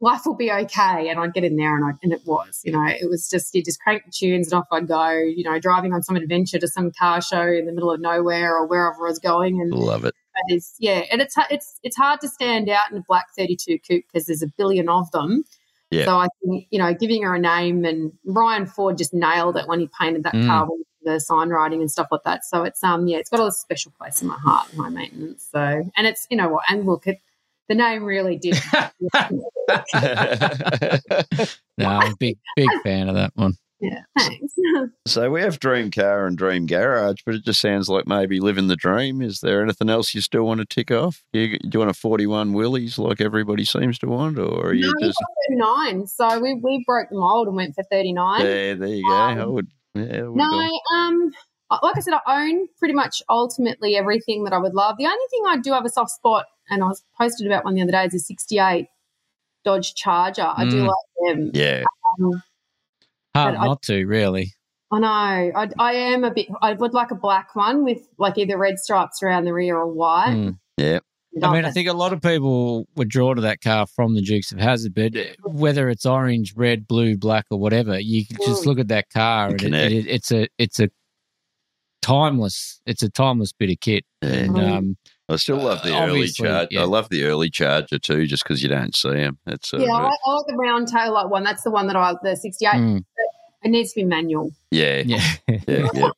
life will be okay. And I'd get in there, and I, and it was, you know, it was just you just crank the tunes and off I'd go, you know, driving on some adventure to some car show in the middle of nowhere or wherever I was going, and
Love it.
that is yeah, and it's it's it's hard to stand out in a black thirty two coupe because there's a billion of them.
Yeah.
So I think you know, giving her a name and Ryan Ford just nailed it when he painted that
Mm.
car with the sign writing and stuff like that. So it's um yeah, it's got a special place in my heart, high maintenance. So and it's you know what, and look it, the name really did.
no, I'm a big big fan of that one.
yeah, thanks.
so we have Dream Car and Dream Garage, but it just sounds like maybe living the dream. Is there anything else you still want to tick off? You, do you want a 41 Willies like everybody seems to want, or are you
no,
just.
we got 39. So we, we broke the mold and went for 39.
Yeah, there you go. I
Um,
would. Yeah, I would
No,
go-
um, like I said, I own pretty much ultimately everything that I would love. The only thing I do have a soft spot, and I was posted about one the other day, is a 68 Dodge Charger. I do
Mm.
like them.
yeah.
Um,
Hard
But I-
not to really.
I know. I, I am a bit, I would like a black one with like either red stripes around the rear or white.
Mm. I
Like
mean, I
a-
think a lot of people would draw to that car from the Dukes of Hazard, but uh, whether it's orange, red, blue, black, or whatever, you can just look at that car and it,
Connect.
it, it's a it's a timeless it's a timeless bit of kit.
Yeah.
And,
Mm.
um,
I still love the
Uh,
early
obviously,
charger.
yeah.
I love the early charger too, just because you don't see them. That's
yeah, I, I like the round tail light one. That's the one that I, the 68.
mm,
It needs to be manual.
yeah,
yeah.
yeah, yeah.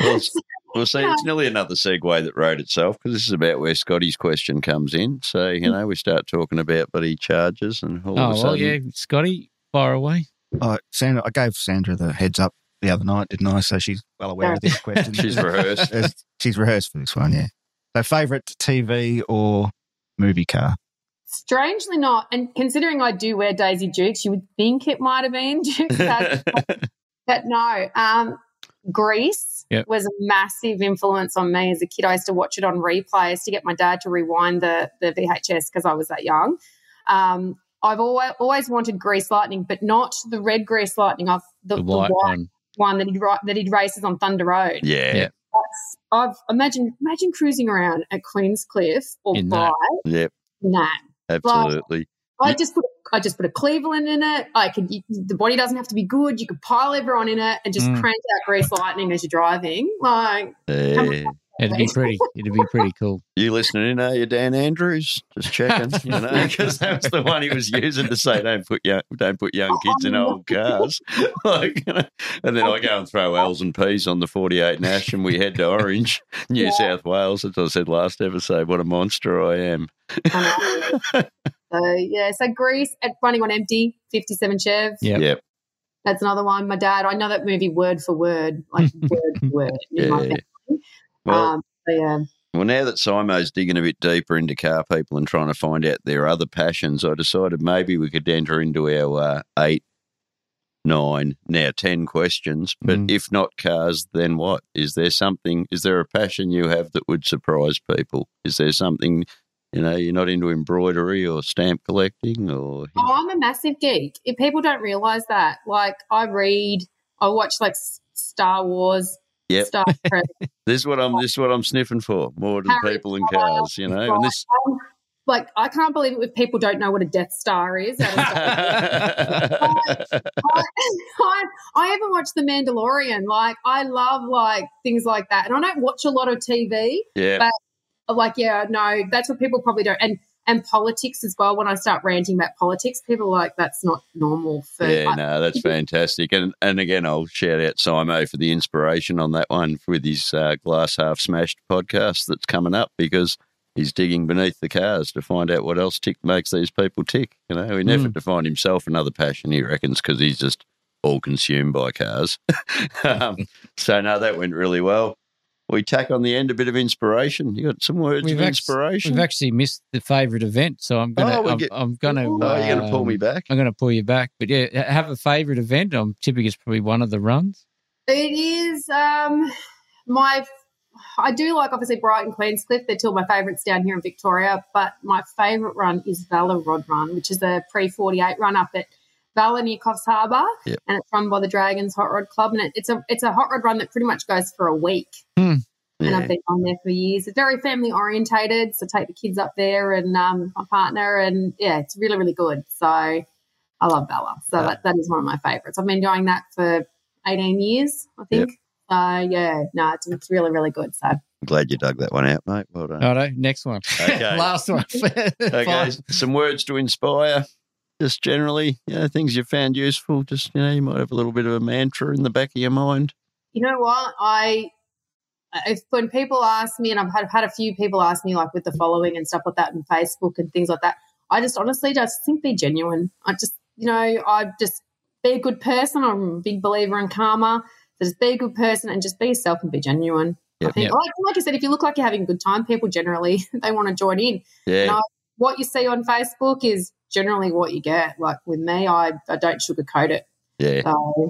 Well, s- well, see, it's nearly another segue that wrote itself because this is about where Scotty's question comes in. So you know, we start talking about bloody charges and all of a
Oh well,
sudden,
yeah, Scotty, far away.
Uh, Sandra, I gave Sandra the heads up the other night, didn't I? So she's well aware of this question.
she's rehearsed.
As- she's rehearsed for this one, yeah. So, favourite TV or movie car?
Strangely not. And considering I do wear Daisy Dukes, you would think it might have been Dukes. but but no, um, Greece
Yep.
was a massive influence on me as a kid. I used to watch it on replays to get my dad to rewind the, the VHS because I was that young. Um, I've always, always wanted Grease Lightning, but not the red Grease Lightning. I've, the,
The white
the white
one.
one that he ri- that he races on Thunder Road.
yeah,
Yeah.
yeah,
That's, I've imagine imagine cruising around at Queenscliff or
In
by
that.
Nah,
absolutely.
I
You-
just put I just put a Cleveland in it. I could you, the body doesn't have to be good. You could pile everyone in it and just
Mm.
crank out grease lightning as you're driving. Like
Yeah.
It'd be pretty. It'd be pretty cool.
You listening in, are you, Dan Andrews? Just checking, you know, because that was the one he was using to say, "Don't put young, don't put young kids in old cars." like, you know, and then I go and throw L's and P's on the forty-eight Nash, and we head to Orange, New
Yeah.
South Wales. As I said last episode, what a monster I am!
I know. so yeah, so grease at running on empty, fifty seven Chev.
Yep.
Yep.
That's another one. My dad, I know that movie word for word, like word for word. in my
Yeah.
family.
Well,
um, so yeah.
Well, now that Simo's digging a bit deeper into car people and trying to find out their other passions, I decided maybe we could enter into our uh, eight, nine, now 10 questions. But
Mm.
if not cars, then what? Is there something, is there a passion you have that would surprise people? Is there something, you know, you're not into embroidery or stamp collecting or.
Oh, I'm a massive geek. If people don't realize that, like I read, I watch like S- Star Wars,
Yep.
Star Trek.
This is what I'm. This is what I'm sniffing for more than
Harry
people and cars, you know. And this,
Um, like I can't believe it if people don't know what a Death Star is. That is- I, I, I haven't watched The Mandalorian. Like I love like things like that, and I don't watch a lot of TV.
yeah,
Like yeah, no, that's what people probably don't. And and politics as well. When I start ranting about politics, people are like that's not normal for.
Yeah,
like,
no, that's fantastic. And and again, I'll shout out Simo for the inspiration on that one with his uh, glass half smashed podcast that's coming up because he's digging beneath the cars to find out what else tick makes these people tick. You know, in
Mm.
effort to find himself another passion, he reckons, because he's just all consumed by cars. um, so no, that went really well. We tack on the end a bit of inspiration. You got some words
We've
of
actu-
inspiration.
We've actually missed the favourite event, so I'm gonna.
Oh, we
I'm,
get-
I'm gonna.
oh, you're gonna pull me
um,
back.
I'm gonna pull you back. But yeah, have a favourite event. I'm tipping it's probably one of the runs.
It is um my I do like obviously Brighton Queenscliff. They're two of my favourites down here in Victoria, but my favourite run is Valor Rod Run, which is a pre forty eight run up at Valor near Coffs Harbour,
Yep.
and it's run by the Dragons Hot Rod Club, and it, it's a it's a hot rod run that pretty much goes for a week. And
Yeah.
I've been on there for years. It's very family orientated, so take the kids up there and um, my partner, and yeah, it's really really good. So I love Bella. So that, that is one of my favourites. I've been doing that for eighteen years, I think. So yeah, no, it's, it's really really good. So
Glad you dug that one out, mate. Well done.
Righto, next one.
Okay.
Last one.
Okay,
Fine.
some words to inspire, just generally, you know, things you found useful. Just you know, you might have a little bit of a mantra in the back of your mind.
you know what I. If when people ask me, and I've had, had a few people ask me, like with the following and stuff like that, and Facebook and things like that, I just honestly just think be genuine. I just, you know, I just be a good person. I'm a big believer in karma. So just be a good person and just be yourself and be genuine. I
Yep.
think, like, like I said, if you look like you're having a good time, people generally they want to join in.
Yeah,
No. What you see on Facebook is generally what you get. Like with me, I, I don't sugarcoat it.
yeah,
So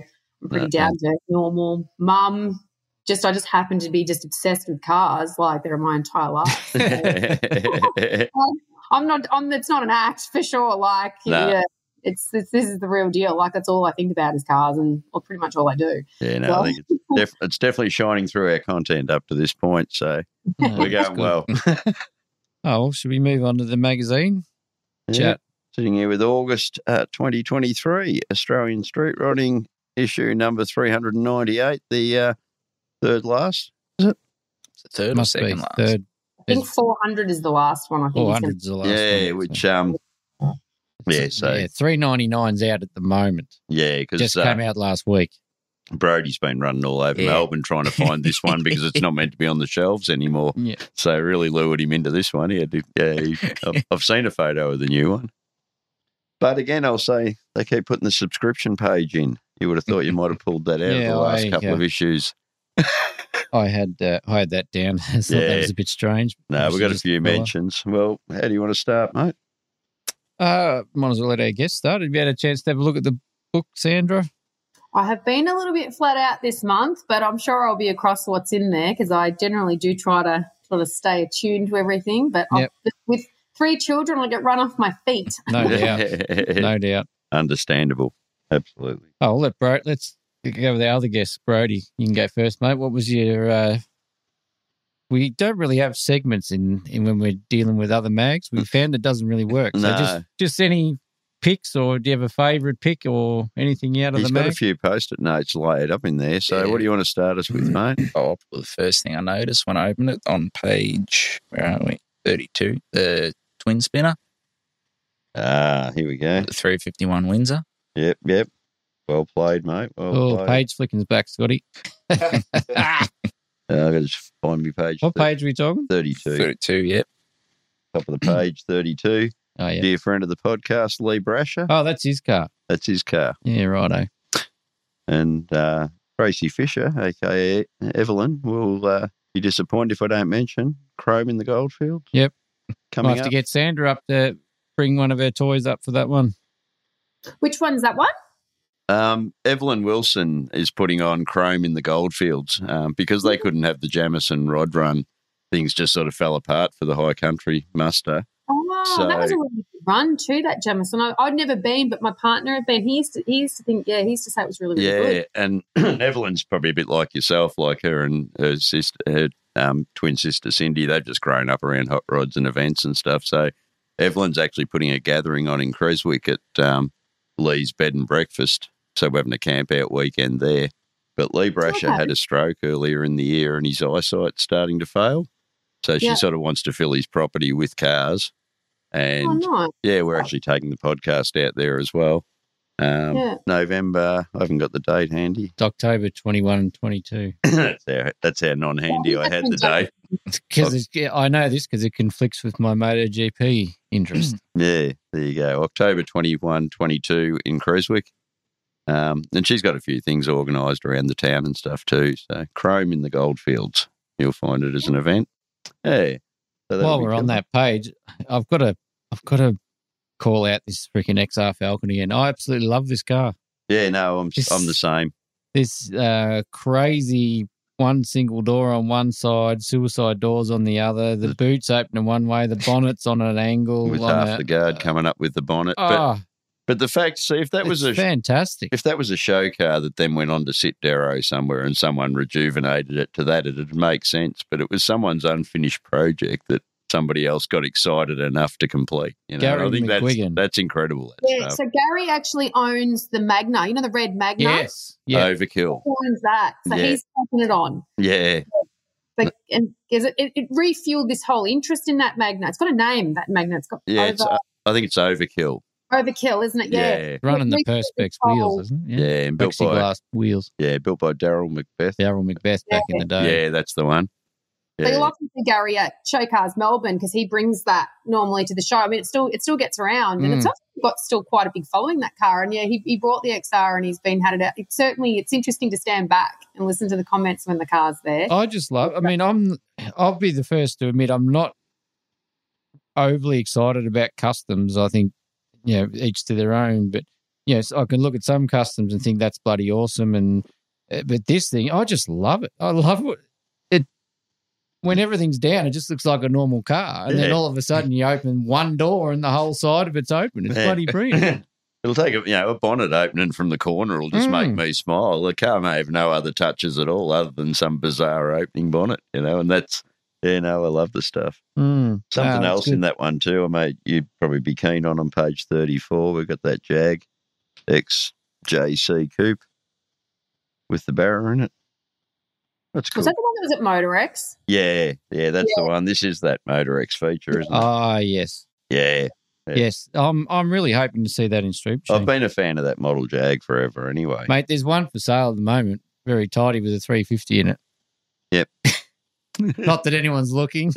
I'm pretty
No,
down to normal mum. Just I just happen to be just obsessed with cars, like they're my entire life. So I'm not. I'm. It's not an act for sure. Like
No.
yeah, it's, it's this is the real deal. Like that's all I think about is cars, and well, pretty much all I do.
yeah. No, I think it's, def- it's definitely shining through our content up to this point. So we're
That's
going
good.
well.
Oh, well, should we move on to the magazine
Yeah.
chat?
Sitting here with August uh, 2023, Australian Street Running issue number 398, the uh, third last.
Third or
Must be
second last.
third.
I think
It's-
400 is the last one. I think.
Four
it's gonna-
hundreds the last.
yeah,
one,
which
so.
um, yeah, so
yeah, three ninety nine's out at the moment.
yeah, uh, because
Just came out last week.
Brody's been running all over
Yeah.
Melbourne trying to find this one because it's not meant to be on the shelves anymore.
Yeah.
So really lured him into this one. He had to, yeah, he, I've, I've seen a photo of the new one. But again, I'll say they keep putting the subscription page in. You would have thought you might have pulled that out of
Yeah,
the last
I-
couple
yeah.
of issues.
I had uh, I had that down. I thought
Yeah.
that was a bit strange.
No, we've got a
Just
few
follow.
mentions. Well, how do you want to start, mate?
Uh, might as well let our guest start. Have you had a chance to have a look at the book, Sandra?
I have been a little bit flat out this month, but I'm sure I'll be across what's in there because I generally do try to sort of stay attuned to everything. But I'll-
Yep.
with three children, I get run off my feet.
No doubt. No doubt.
Understandable. Absolutely.
Oh, I'll let Bro. Let's go with our other guest, Brody. You can go first, mate. What was your? uh We don't really have segments in, in when we're dealing with other mags. We found it doesn't really work. So
No.
just just any picks, or do you have a favourite pick, or anything out of
He's
the
got
mag?
a few post-it notes laid up in there. So
Yeah.
what do you want to start us with, mate?
Oh, I'll put the first thing I noticed when I opened it on page where are we? Thirty two. The twin spinner,
Ah, here we go.
the three fifty one Windsor.
Yep, yep. Well played, mate. Well
Oh,
played.
page flicking's back, Scotty.
Uh, I've got to just find me page,
What
thir-
Oh, page are we talking?
32.
Thirty two, yep.
Top of the page, 32.
Oh yeah.
Dear friend of the podcast, Lee Brasher.
Oh, that's his car.
That's his car.
Yeah, righto.
And uh, Tracy Fisher, aka Evelyn, will uh, Be disappointed if I don't mention Chrome in the Goldfields.
Yep. Might
Coming
have
up.
to get Sandra up there, bring one of her toys up for that one.
Which one's that one?
um, Evelyn Wilson is putting on Chrome in the Goldfields um, because they couldn't have the Jamison Rod Run. Things just sort of fell apart for the High Country muster.
Oh, that was a really good run too. That Jamison. I, I'd never been, but my partner had been. He used to. He used to think. Yeah, he used to say it was really, really
yeah,
good.
and Evelyn's probably a bit like yourself, like her and her sister, her um, twin sister Cindy. They've just grown up around hot rods and events and stuff. So Evelyn's actually putting a gathering on in Creswick at um, Lee's Bed and Breakfast. So we're having a camp out weekend there. But Lee Brasher
Okay.
had a stroke earlier in the year, and his eyesight's starting to fail. So she
Yeah.
sort of wants to fill his property with cars. And
oh, nice.
yeah, we're actually taking the podcast out there as well. Um,
Yeah.
November, I haven't got the date handy.
It's October 21 and 22.
that's, our, that's how non handy I had the date.
Because I know this because it conflicts with my MotoGP interest.
Yeah, there you go. October 21, 22 in Creswick. Um, and she's got a few things organised around the town and stuff too. So Chrome in the Goldfields, you'll find it as an event. Yeah. So that'll
While
be
we're
cool.
on that page, I've got to, I've got to call out this freaking XR Falcon again. I absolutely love this car.
Yeah, no, I'm
Just-
I'm the same.
This uh, crazy one single door on one side, suicide doors on the other. The boots open in one way, the bonnet's on an angle.
With
on
half
a-
the guard coming up with the bonnet. but
Oh,
but the fact, see, if that was a
fantastic.
If that was a show car that then went on to sit Darrow somewhere and someone rejuvenated it to that, it'd make sense. But it was someone's unfinished project that somebody else got excited enough to complete. You know,
Gary
and I think that's,
McGuigan.
that's incredible. That
Yeah.
stuff.
So Gary actually owns the Magna. You know the red Magna.
Yes. Yeah.
Overkill.
He owns that. So
Yeah.
he's taking it on.
Yeah.
Like, and is it, it, it refueled this whole interest in that Magna. It's got a name. That Magna. It's got
Yeah. It's,
over,
I think it's Overkill.
overkill, isn't it? Yeah.
Yeah.
Running the
It refueled
Perspex
this whole-
wheels, isn't
Yeah.
it?
and built by,
Plexiglass wheels.
yeah, built by Daryl Macbeth.
Daryl Macbeth back in the day.
Yeah, that's the one.
So you'll
Yeah.
often see Gary at Show Cars Melbourne because he brings that normally to the show. I mean, it still it still gets around, and it's
Mm.
also got still quite a big following that car. And yeah, he, he brought the XR and he's been had it out. It, certainly, it's interesting to stand back and listen to the comments when the car's there.
Oh,
I just love. I mean, I'm. I'll be the first to admit I'm not overly excited about customs. I think you know each to their own, but yes, I can look at some customs and think that's bloody awesome, and uh, but this thing, I just love it. I love it. It when everything's down, it just looks like a normal car, and then
Yeah.
all of a sudden you open one door and the whole side of it's open. It's
Yeah.
bloody brilliant.
It'll take a you know a bonnet opening from the corner will just make
Mm.
me smile. The car may have no other touches at all other than some bizarre opening bonnet, you know, and that's you know I love the stuff.
Mm.
Something
No, it's
else in
good.
that one too. I mate, you'd probably be keen on on page thirty four. We've got that Jag XJC coupe with the barra in it. That's cool.
Was that the one that was at Motorex?
yeah, yeah, that's the one. This is that Motor X feature, isn't it?
Ah, yes,
Yeah. Yeah.
yes. I'm. I'm really hoping to see that in Street.
I've been a fan of that model Jag forever anyway.
Mate, there's one for sale at the moment, very tidy with a 350 in it.
Yep.
Not that anyone's looking.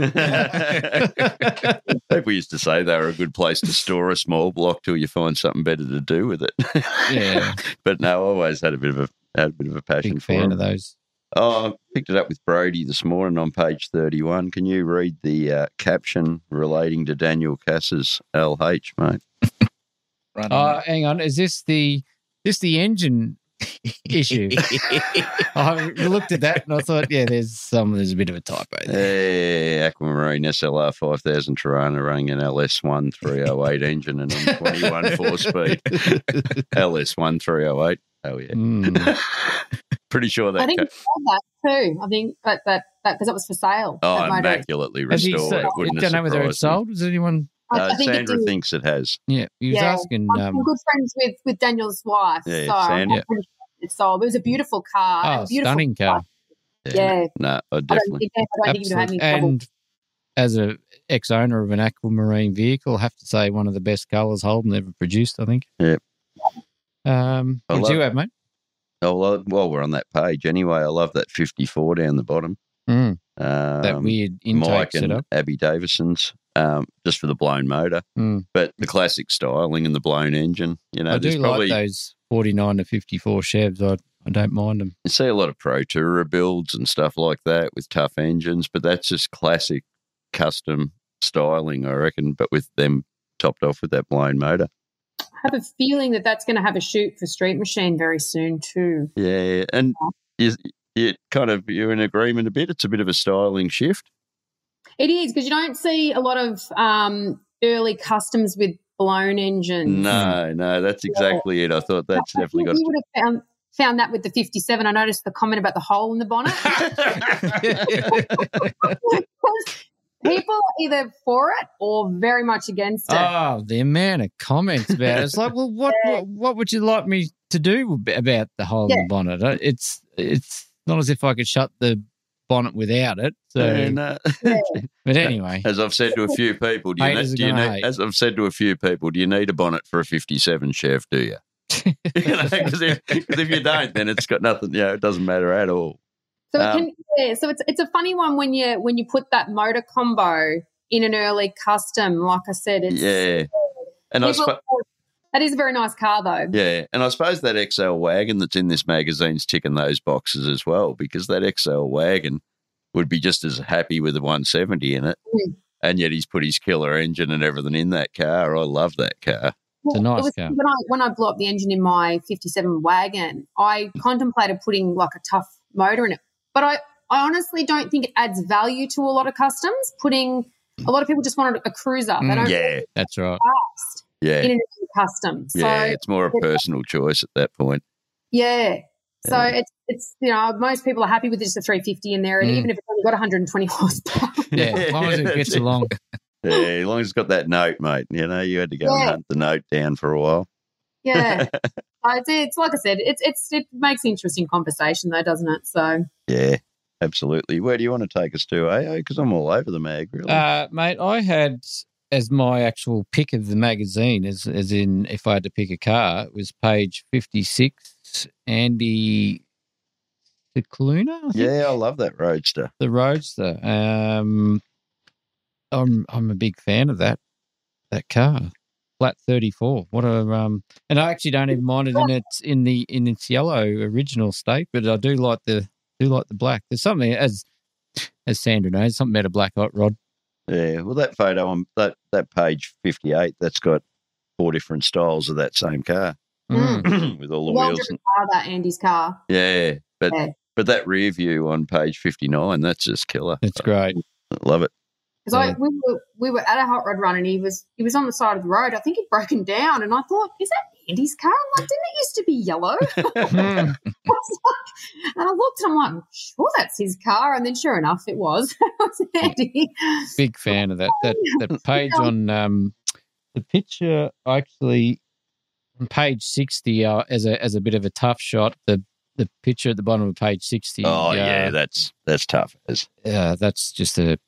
People used to say they were a good place to store a small block till you find something better to do with it.
Yeah.
but no, I always had a bit of a had a bit of a passion
Big
for
fan
them.
of those.
Oh, I picked it up with Brody this morning on page thirty-one. Can you read the uh, caption relating to Daniel Cass's LH, mate?
Run
Oh,
on.
hang on. Is this the this the engine issue? I looked at that and I thought, yeah, there's some there's a bit of a typo there.
Hey, Aquamarine SLR five thousand Tirana running an LS one three oh eight engine and on twenty-one four speed LS one three oh eight. Oh yeah.
Mm.
Pretty sure that.
I think
ca-
he sold that too. I think that that that because it was for sale.
oh,
at Motorex.
immaculately
Has he
restored.
sold-
It wouldn't
don't know
have
whether it's
surprised me.
sold. Was anyone?
I,
Uh,
I think
Sandra
it did.
thinks it has.
Yeah, he was
Yeah.
asking.
I'm, I'm
Um,
good friends with with Daniel's wife.
Yeah,
so I'm
Sandra.
pretty sure it sold. It was a beautiful car.
oh,
a beautiful
stunning car.
Yeah.
No, I
I don't
definitely.
think, I don't think you would have any
Absolute-
trouble.
And as a ex owner of an aquamarine vehicle, I have to say one of the best colours Holden ever produced, I think.
Yep.
Um,
I
what do
love-
you have, mate?
Oh, well, well, we're on that page anyway. I love that 54 down the bottom.
Mm,
Um,
that weird intake
Mike and
setup.
Abby Davison's, um, just for the blown motor,
Mm.
but the classic styling and the blown engine. You know,
I do
there's probably
like those 49 to 54 Chevs. I, I I don't mind them.
You see a lot of Pro Tourer builds and stuff like that with tough engines, but that's just classic custom styling, I reckon, but with them topped off with that blown motor.
I have a feeling that that's going to have a shoot for Street Machine very soon too.
Yeah, and you, you kind of you're in agreement a bit. It's a bit of a styling shift.
It is because you don't see a lot of um, early customs with blown engines.
No, no, that's exactly it. I thought that's
I
definitely
think
got.
You would have found found that with the fifty-seven. I noticed the comment about the hole in the bonnet. People either for it or very much against it.
Oh, the amount of comments about it. It's like, well, what, what what would you like me to do ab- about the whole
Yeah.
bonnet? Uh, It's it's not as if I could shut the bonnet without it. So,
And, uh,
but anyway,
as I've said to a few people, do you,
Haters
need,
are
do you
gonna
need,
hate.
as I've said to a few people, do you need a bonnet for a 57 Chef? Do you? Because if, 'cause if you don't, then it's got nothing. You know, it doesn't matter at all.
So it
Um,
can, yeah, so it's it's a funny one when you when you put that motor combo in an early custom. Like I said, it's
yeah, and I
people-
sp-
that is a very nice car though.
yeah, and I suppose that XL wagon that's in this magazine's ticking those boxes as well because that XL wagon would be just as happy with the 170 in it,
Mm.
and yet he's put his killer engine and everything in that car. I love that car.
Well,
a nice
it was-
car.
When I when I blew up the engine in my '57 wagon, I
Mm.
contemplated putting like a tough motor in it, but I I honestly don't think it adds value to a lot of customs. Putting a lot of people just wanted a cruiser. They
Mm.
don't
Yeah,
that's right.
fast
yeah.
in an early custom. So
Yeah,
yeah,
it's more a personal choice at that point.
so it's it's you know most people are happy with just a 350 in there, and
Mm.
even if it's only got 120 horsepower.
Yeah, as long as it gets along.
Yeah, as long as it's got that note, mate. You know, you had to go
Yeah.
and hunt the note down for a while.
Yeah. Uh, it's, it's like I said, it's it's it makes interesting conversation though, doesn't it? So
Yeah, absolutely. Where do you want to take us to, AO? Because I'm all over the mag, really.
Uh, mate, I had as my actual pick of the magazine, as as in if I had to pick a car, it was page fifty six, Andy Cicluna, I think,
yeah, I love that roadster.
the Roadster. Um, I'm I'm a big fan of that that car, flat thirty four. What a um, and I actually don't even mind it in its in the in its yellow original state, but I do like the do like the black. There's something as as Sandra knows, something about a black hot rod.
Yeah, well, that photo on that, that page 58, that's got four different styles of that same car
Mm.
with all the
well
wheels.
driven
And,
car, that Andy's car.
yeah, but
Yeah.
but that rear view on page 59, that's just killer.
That's great.
I love it.
Because
Yeah.
I we were we were at a hot rod run and he was he was on the side of the road. I think he'd broken down and I thought, is that Andy's car? I'm like, didn't it used to be yellow?
Mm.
Hmm.
I was like- and I looked and I'm like, I'm sure that's his car. And then sure enough, it was. it was Andy.
big fan of that that that page on um the picture actually on page 60 uh, as a as a bit of a tough shot the the picture at the bottom of page 60
Oh,
uh,
yeah, that's that's tough as.
uh, that's just a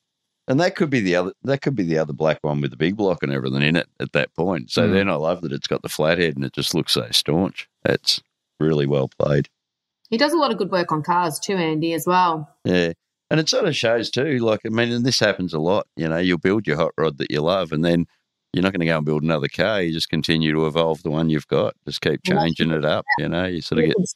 And that could be the other that could be the other black one with the big block and everything in it at that point. So
Mm.
then I love that it's got the flathead and it just looks so staunch. That's really well played.
He does a lot of good work on cars too, Andy, as well.
Yeah. And it sort of shows too, like I mean, and this happens a lot, you know, you'll build your hot rod that you love and then you're not going to go and build another car. You just continue to evolve the one you've got. Just keep
Yeah.
changing it up, you know. You sort of
really
get
good,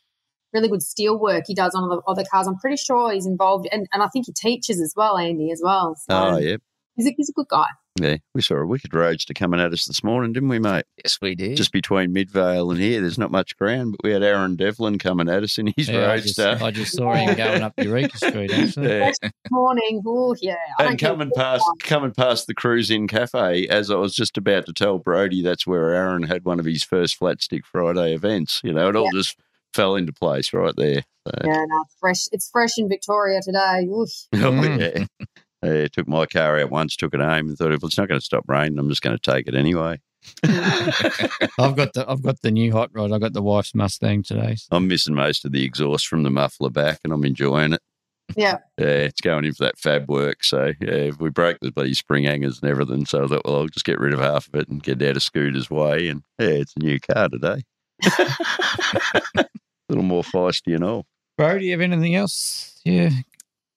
really good steel work he does on the other cars. I'm pretty sure he's involved, and, and I think he teaches as well, Andy, as well. So
Oh yeah.
he's, a, he's a good guy.
Yeah. We saw a wicked roadster coming at us this morning, didn't we, mate?
yes, we did.
Just between Midvale and here, there's not much ground, but we had Aaron Devlin coming at us in his
yeah, I, just,
roadster.
I just saw him going up eureka street actually
Yeah.
Morning, oh yeah, I don't
and
care.
coming past coming past the cruise in cafe as i was just about to tell brody that's where aaron had one of his first flat stick friday events you know it all just fell into place right there so,
Yeah, no, fresh. It's fresh in Victoria today. Oof.
oh,
Mm.
yeah. Yeah, took my car out once took it home and thought if it's not going to stop raining i'm just going to take it anyway
i've got the i've got the new hot rod i got the wife's mustang today so
i'm missing most of the exhaust from the muffler back and i'm enjoying it
Yeah.
yeah it's going in for that fab work so yeah we broke the bloody spring hangers and everything so i thought well i'll just get rid of half of it and get out of scooter's way and yeah it's a new car today A little more feisty and all.
bro do you have anything else yeah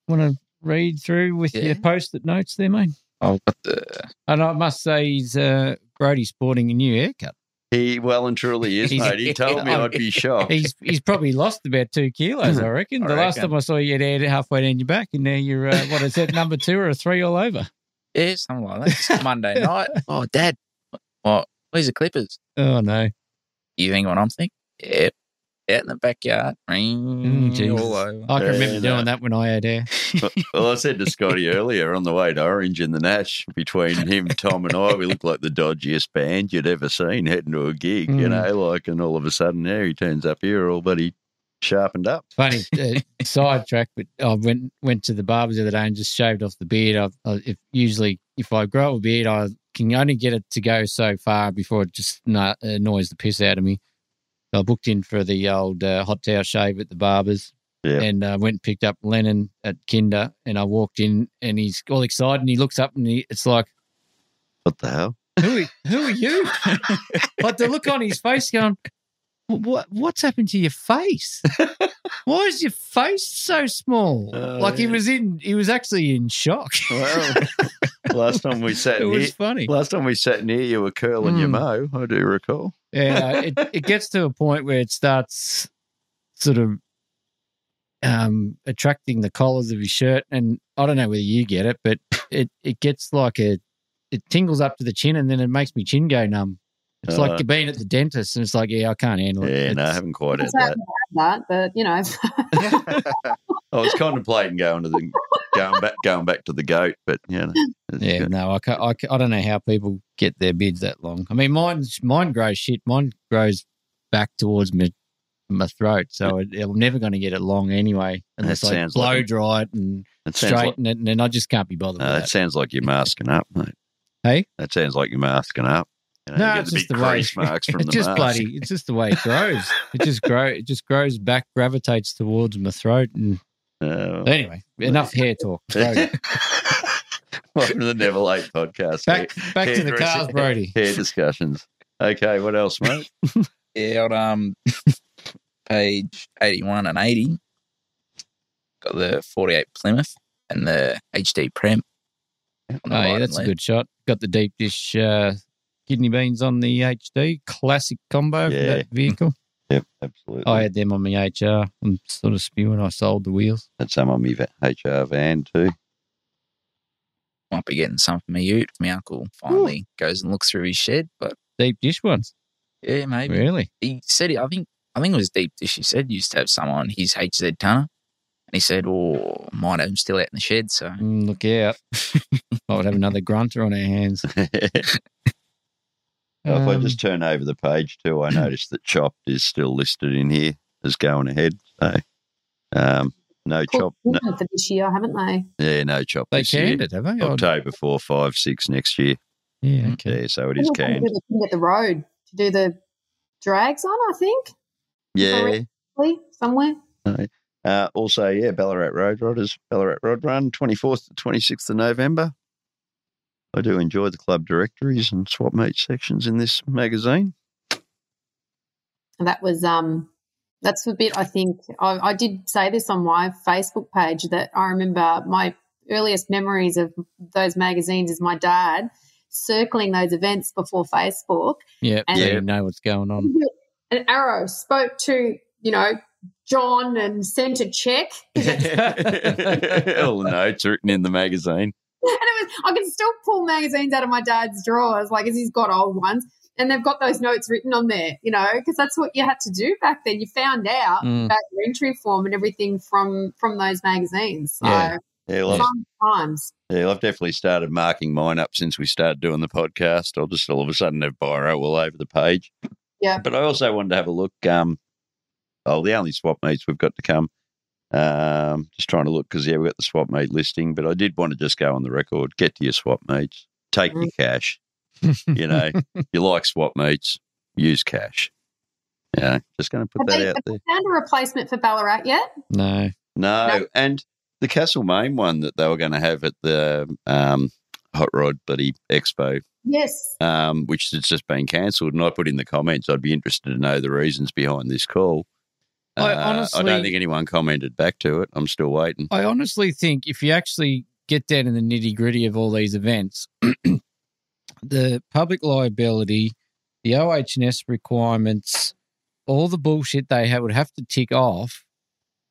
want to read through with
Yeah.
your post-it notes there mate
I've got the
and i must say he's uh brody sporting a new haircut
He well and truly is,
He's-
mate. He told me I'd be shocked.
He's he's probably lost about two kilos, I reckon.
I
the last
reckon.
time I saw you, it aired halfway down your back, and now you're uh, what is that number two or a three all over?
Yeah, something like that. It's Monday night. Oh, Dad, what? Where's the clippers?
Oh no,
You think what I'm thinking? Yep. Out in the backyard. Ring,
Mm, Jesus.
all over.
I can
Yeah,
remember
no.
doing that when I had air.
Well, I said to Scotty earlier on the way to Orange in the Nash, between him, Tom, and I, we looked like the dodgiest band you'd ever seen heading to a gig, you
Mm.
know, like, and all of a sudden there he turns up here, all but he sharpened up.
Funny uh, sidetrack, but I went went to the barbers the other day and just shaved off the beard. I, I, if usually if I grow a beard, I can only get it to go so far before it just na- annoys the piss out of me. I booked in for the old uh, hot towel shave at the barbers,
Yeah.
and uh, went and picked up Lennon at Kinder, and I walked in and he's all excited and he looks up and he, it's like.
What the hell?
who are, who are you? like the look on his face going, "Wh- what what's happened to your face? Why is your face so small?
Oh,
like he
yeah.
was in he was actually in shock.
Well, last time we sat
it
near,
was funny. Hmm.
last time we sat near, you were curling your mo. I do recall.
Yeah, it, it gets to a point where it starts sort of um attracting the collars of his shirt and I don't know whether you get it, but it it gets like a it tingles up to the chin and then it makes me chin go numb. It's like
Uh,
you're being at the dentist and it's like, yeah, I can't handle it.
Yeah, no, I
It's-
haven't quite had
It's
that.
hard to have that, but you know,
I was contemplating going to the going back going back to the goat, but you know, it's
Yeah,
good.
no, I, ca I, ca I don't know how people get their beards that long. I mean, mine's mine grows shit. Mine grows back towards my my throat, so it, I'm never going to get it long anyway, unless I
sounds
blow
like-
dry it and
it sounds like
straighten it, and then I just can't be bothered.
No,
with
that
that.
Uh, sounds like you're masking up, mate.
Hey?
That sounds like you're masking up. You know,
No,
you get
it's
the
just
big
the way-
crease marks from
It's
the
just
mask.
bloody. It's just the way it grows. it just grow. It just grows back, gravitates towards my throat, and
Oh.
anyway, enough hair talk. Brody.
Welcome to the Never Late podcast.
Back back to
Hair
the
dressing.
cars, Brody.
Hair discussions. Okay, what else, mate?
Yeah, on um, page 81 and 80, got the 48 Plymouth and the HD Prem. on the
Oh,
right
yeah,
and
that's a
left.
good shot. Got the deep dish uh, kidney beans on the HD. Classic combo for
Yeah.
that vehicle.
yep, absolutely.
I had them on my HR. I'm sort of spewing. I sold the wheels.
That's some on me va- HR van too.
Might be getting some from a ute. My uncle finally goes and looks through his shed, but
Deep dish ones.
yeah, maybe.
Really?
He said, I think I think it was Deep Dish. He said, used to have some on his HZ Tunner. And he said, Oh, might have them still out in the shed. So
Mm, look out. I would have another grunter on our hands.
if I
Um,
just turn over the page too, I noticed that Chopped is still listed in here as going ahead. So, um, no
cool
Chop. No,
for this year, haven't they?
yeah, no Chop.
They
this year.
canned it, have they? Or-
October 4, 5, 6 next year.
yeah, okay.
Yeah, so it
I
is
think they
canned.
do the thing at the road to do the drags on. I think
Yeah.
probably, somewhere.
Uh, also, yeah, Ballarat Road Rodders, Ballarat Rod Run, 24th to 26th of November. I do enjoy the club directories and swap meet sections in this magazine.
And that was um, that's the bit I think I, I did say this on my Facebook page that I remember my earliest memories of those magazines is my dad circling those events before Facebook
Yeah,
And-
so
Yeah.
you know what's going on.
an arrow spoke to you know john and sent a check
All the notes written in the magazine.
and it was i can still pull magazines out of my dad's drawers like as he's got old ones and they've got those notes written on there you know because that's what you had to do back then you found out
Mm-hmm.
Mm.
about your entry form and everything from from those magazines so
Yeah.
Yeah, well, I've-
fun times
yeah, I've definitely started marking mine up since we started doing the podcast. I'll just all of a sudden have biro all over the page.
Yeah.
But I also wanted to have a look. Um, oh, the only swap meets we've got to come. Um, just trying to look because yeah, we got the swap meet listing, but I did want to just go on the record. Get to your swap meets. Take
Mm.
your cash. You know, you like swap meets. Use cash. Yeah, just going to put
Have
that
they-
out
have
there.
they found a replacement for ballarat yet
No.
No,
No.
and the Castlemaine one that they were going to have at the um, Hot Rod Bloody Expo,
yes
um, which has just been cancelled. And I put in the comments, I'd be interested to know the reasons behind this call. Uh,
I
I don't
honestly-
think anyone commented back to it. I'm still waiting.
I honestly think if you actually get down in the nitty gritty of all these events, the public liability the OHS requirements, all the bullshit they ha- would have to tick off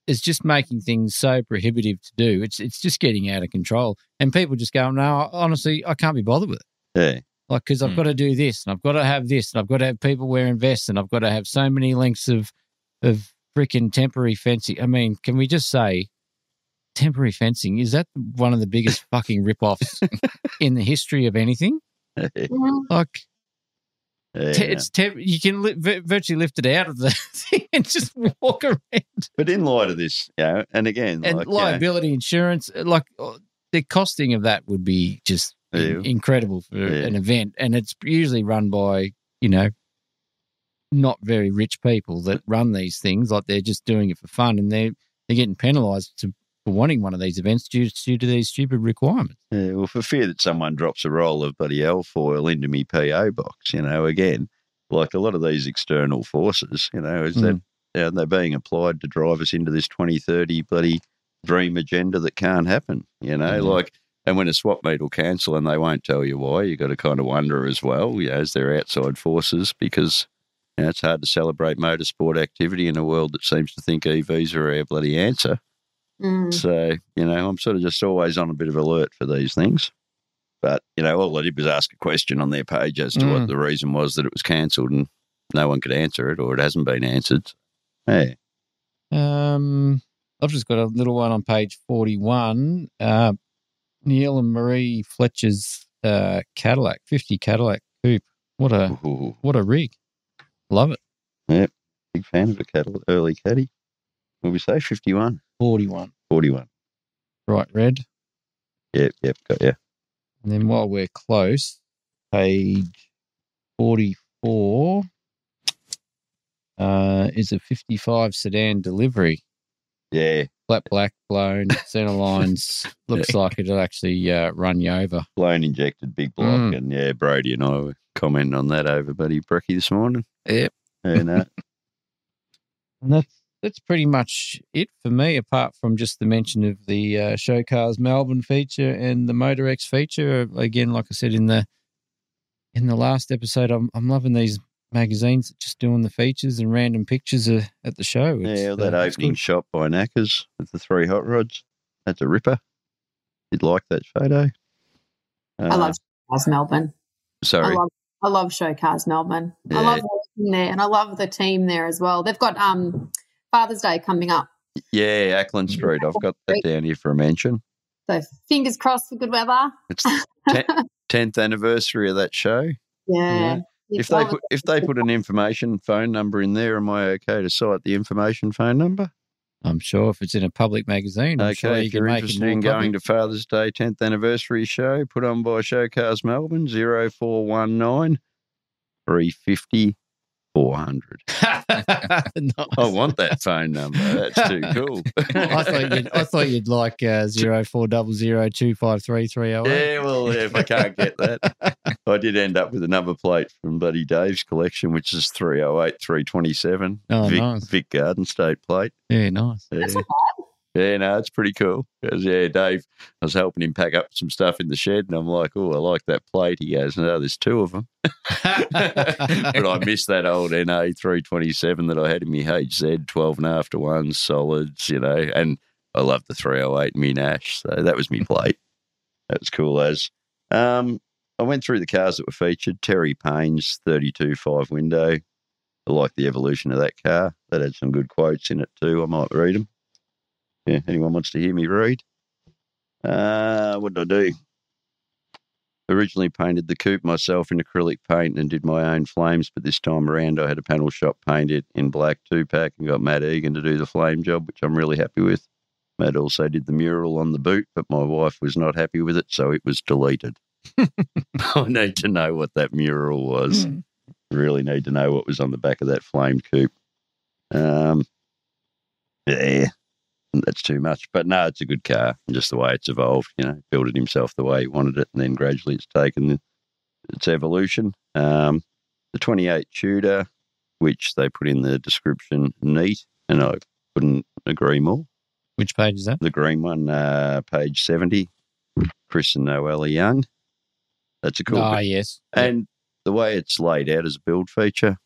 is just making things so prohibitive to do. It's it's just getting out of control, and people just go, "No, honestly, I can't be bothered with it."
Yeah.
Like, because I've
Hmm.
got to do this, and I've got to have this, and I've got to have people wearing vests, and I've got to have so many lengths of of freaking temporary fencing. I mean, can we just say temporary fencing is that one of the biggest fucking rip-offs in the history of anything?
Mm-hmm.
Like,
Yeah.
te- it's te- you can li- vi- virtually lift it out of the thing and just walk around.
but in light of this, you know, and again,
and
like, you know,
liability insurance, like uh, the costing of that would be just in-
Yeah.
incredible for
Yeah.
an event, and it's usually run by you know not very rich people that run these things. Like they're just doing it for fun, and they're they're getting penalised to- for wanting one of these events due due to these stupid requirements.
Yeah, Uh, well, for fear that someone drops a roll of bloody alfoil into me PO box, you know, again, like a lot of these external forces, you know, is that yeah, they're being applied to drive us into this 2030 bloody dream agenda that can't happen, you know,
Mhm.
like, and when a swap meet will cancel and they won't tell you why, you got to kind of wonder as well, you know, is there outside forces because you know, it's hard to celebrate motorsport activity in a world that seems to think EVs are our bloody answer.
Mm.
So, you know, I'm sort of just always on a bit of alert for these things. But, you know, all I did was ask a question on their page as to what
Mm.
the reason was that it was cancelled and no one could answer it or it hasn't been answered. Yeah.
Um, I've just got a little one on page 41. Uh, Neil and Marie Fletcher's uh, Cadillac, 50 Cadillac coupe. What a
Ooh,
what a rig. Love it.
big fan of a cattle, early caddy. What did we say? 51,
41.
41.
Right, red.
Yep, yep, got you.
And then while we're close, page 44 uh, is a 55 sedan delivery.
Yeah,
Flat black, blown, center lines. Looks like it'll actually uh, run you over.
blown injected, big block.
Mm.
And yeah, Brody and I were commenting on that over Buddy Brecky this morning. uh,
Yep.
Yeah, no,
And that's that's pretty much it for me, apart from just the mention of the uh, show cars Melbourne feature and the Motor X feature. Again, like I said in the in the last episode, I'm I'm loving these magazines that just doing the features and random pictures uh, at the show. It's,
Yeah, that
uh, it's
opening
good.
shot by Knackers with the three hot rods. That's a ripper. You'd like that photo.
I love cars Melbourne. I
Uh, Sorry.
love I love show cars Melbourne. I
Yeah.
love working there and I love the team there as well. They've got um Father's Day coming up.
yeah, Ackland Street. I've got that down here for a mention.
So fingers crossed for good weather.
It's the tenth anniversary of that show.
Yeah.
If they put, if they put an information phone number in there, am I okay to cite the information phone number?
I'm sure if it's in a public magazine, I'm
okay,
sure you
if you're
can make it
interested
more
in going
public.
to Father's Day tenth anniversary show, put on by Showcars Melbourne 0419 350 400.
Nice.
I want that phone number. That's too cool.
I thought you'd, I thought you'd like uh, zero four double zero two five three three zero eight.
yeah, well, if I can't get that, I did end up with a number plate from Buddy Dave's collection, which is 308 327.
Oh,
Vic,
nice.
Vic Garden State plate.
Yeah, nice.
Yeah. Yeah, no, it's pretty cool. 'Cause, yeah, Dave, I was helping him pack up some stuff in the shed, and I'm like, oh, I like that plate. He goes, no, there's two of them. but I miss that old NA 327 that I had in my HZ, 12 and a half to one solids, you know, and I love the 308 in me Nash. So that was me plate. That was cool as. Um, I went through the cars that were featured. Terry Payne's 32 5 window. I like the evolution of that car. That had some good quotes in it too. I might read them. Yeah, anyone wants to hear me read? Uh, what did I do? Originally painted the coupe myself in acrylic paint and did my own flames, but this time around I had a panel shop paint it in black two pack and got Matt Egan to do the flame job, which I'm really happy with. Matt also did the mural on the boot, but my wife was not happy with it, so it was deleted. I need to know what that mural was. Really need to know what was on the back of that flame coupe. Um, yeah, that's too much. But no, it's a good car. and Just the way it's evolved, you know, built it himself the way he wanted it, and then gradually it's taken the- its evolution. Um, the 28 Tudor, which they put in the description, neat, and I couldn't agree more.
Which page is that?
The green one, uh, page 70, Chris and Noella Young. That's a cool.
Ah,
pic-
yes.
and the way it's laid out as a build feature,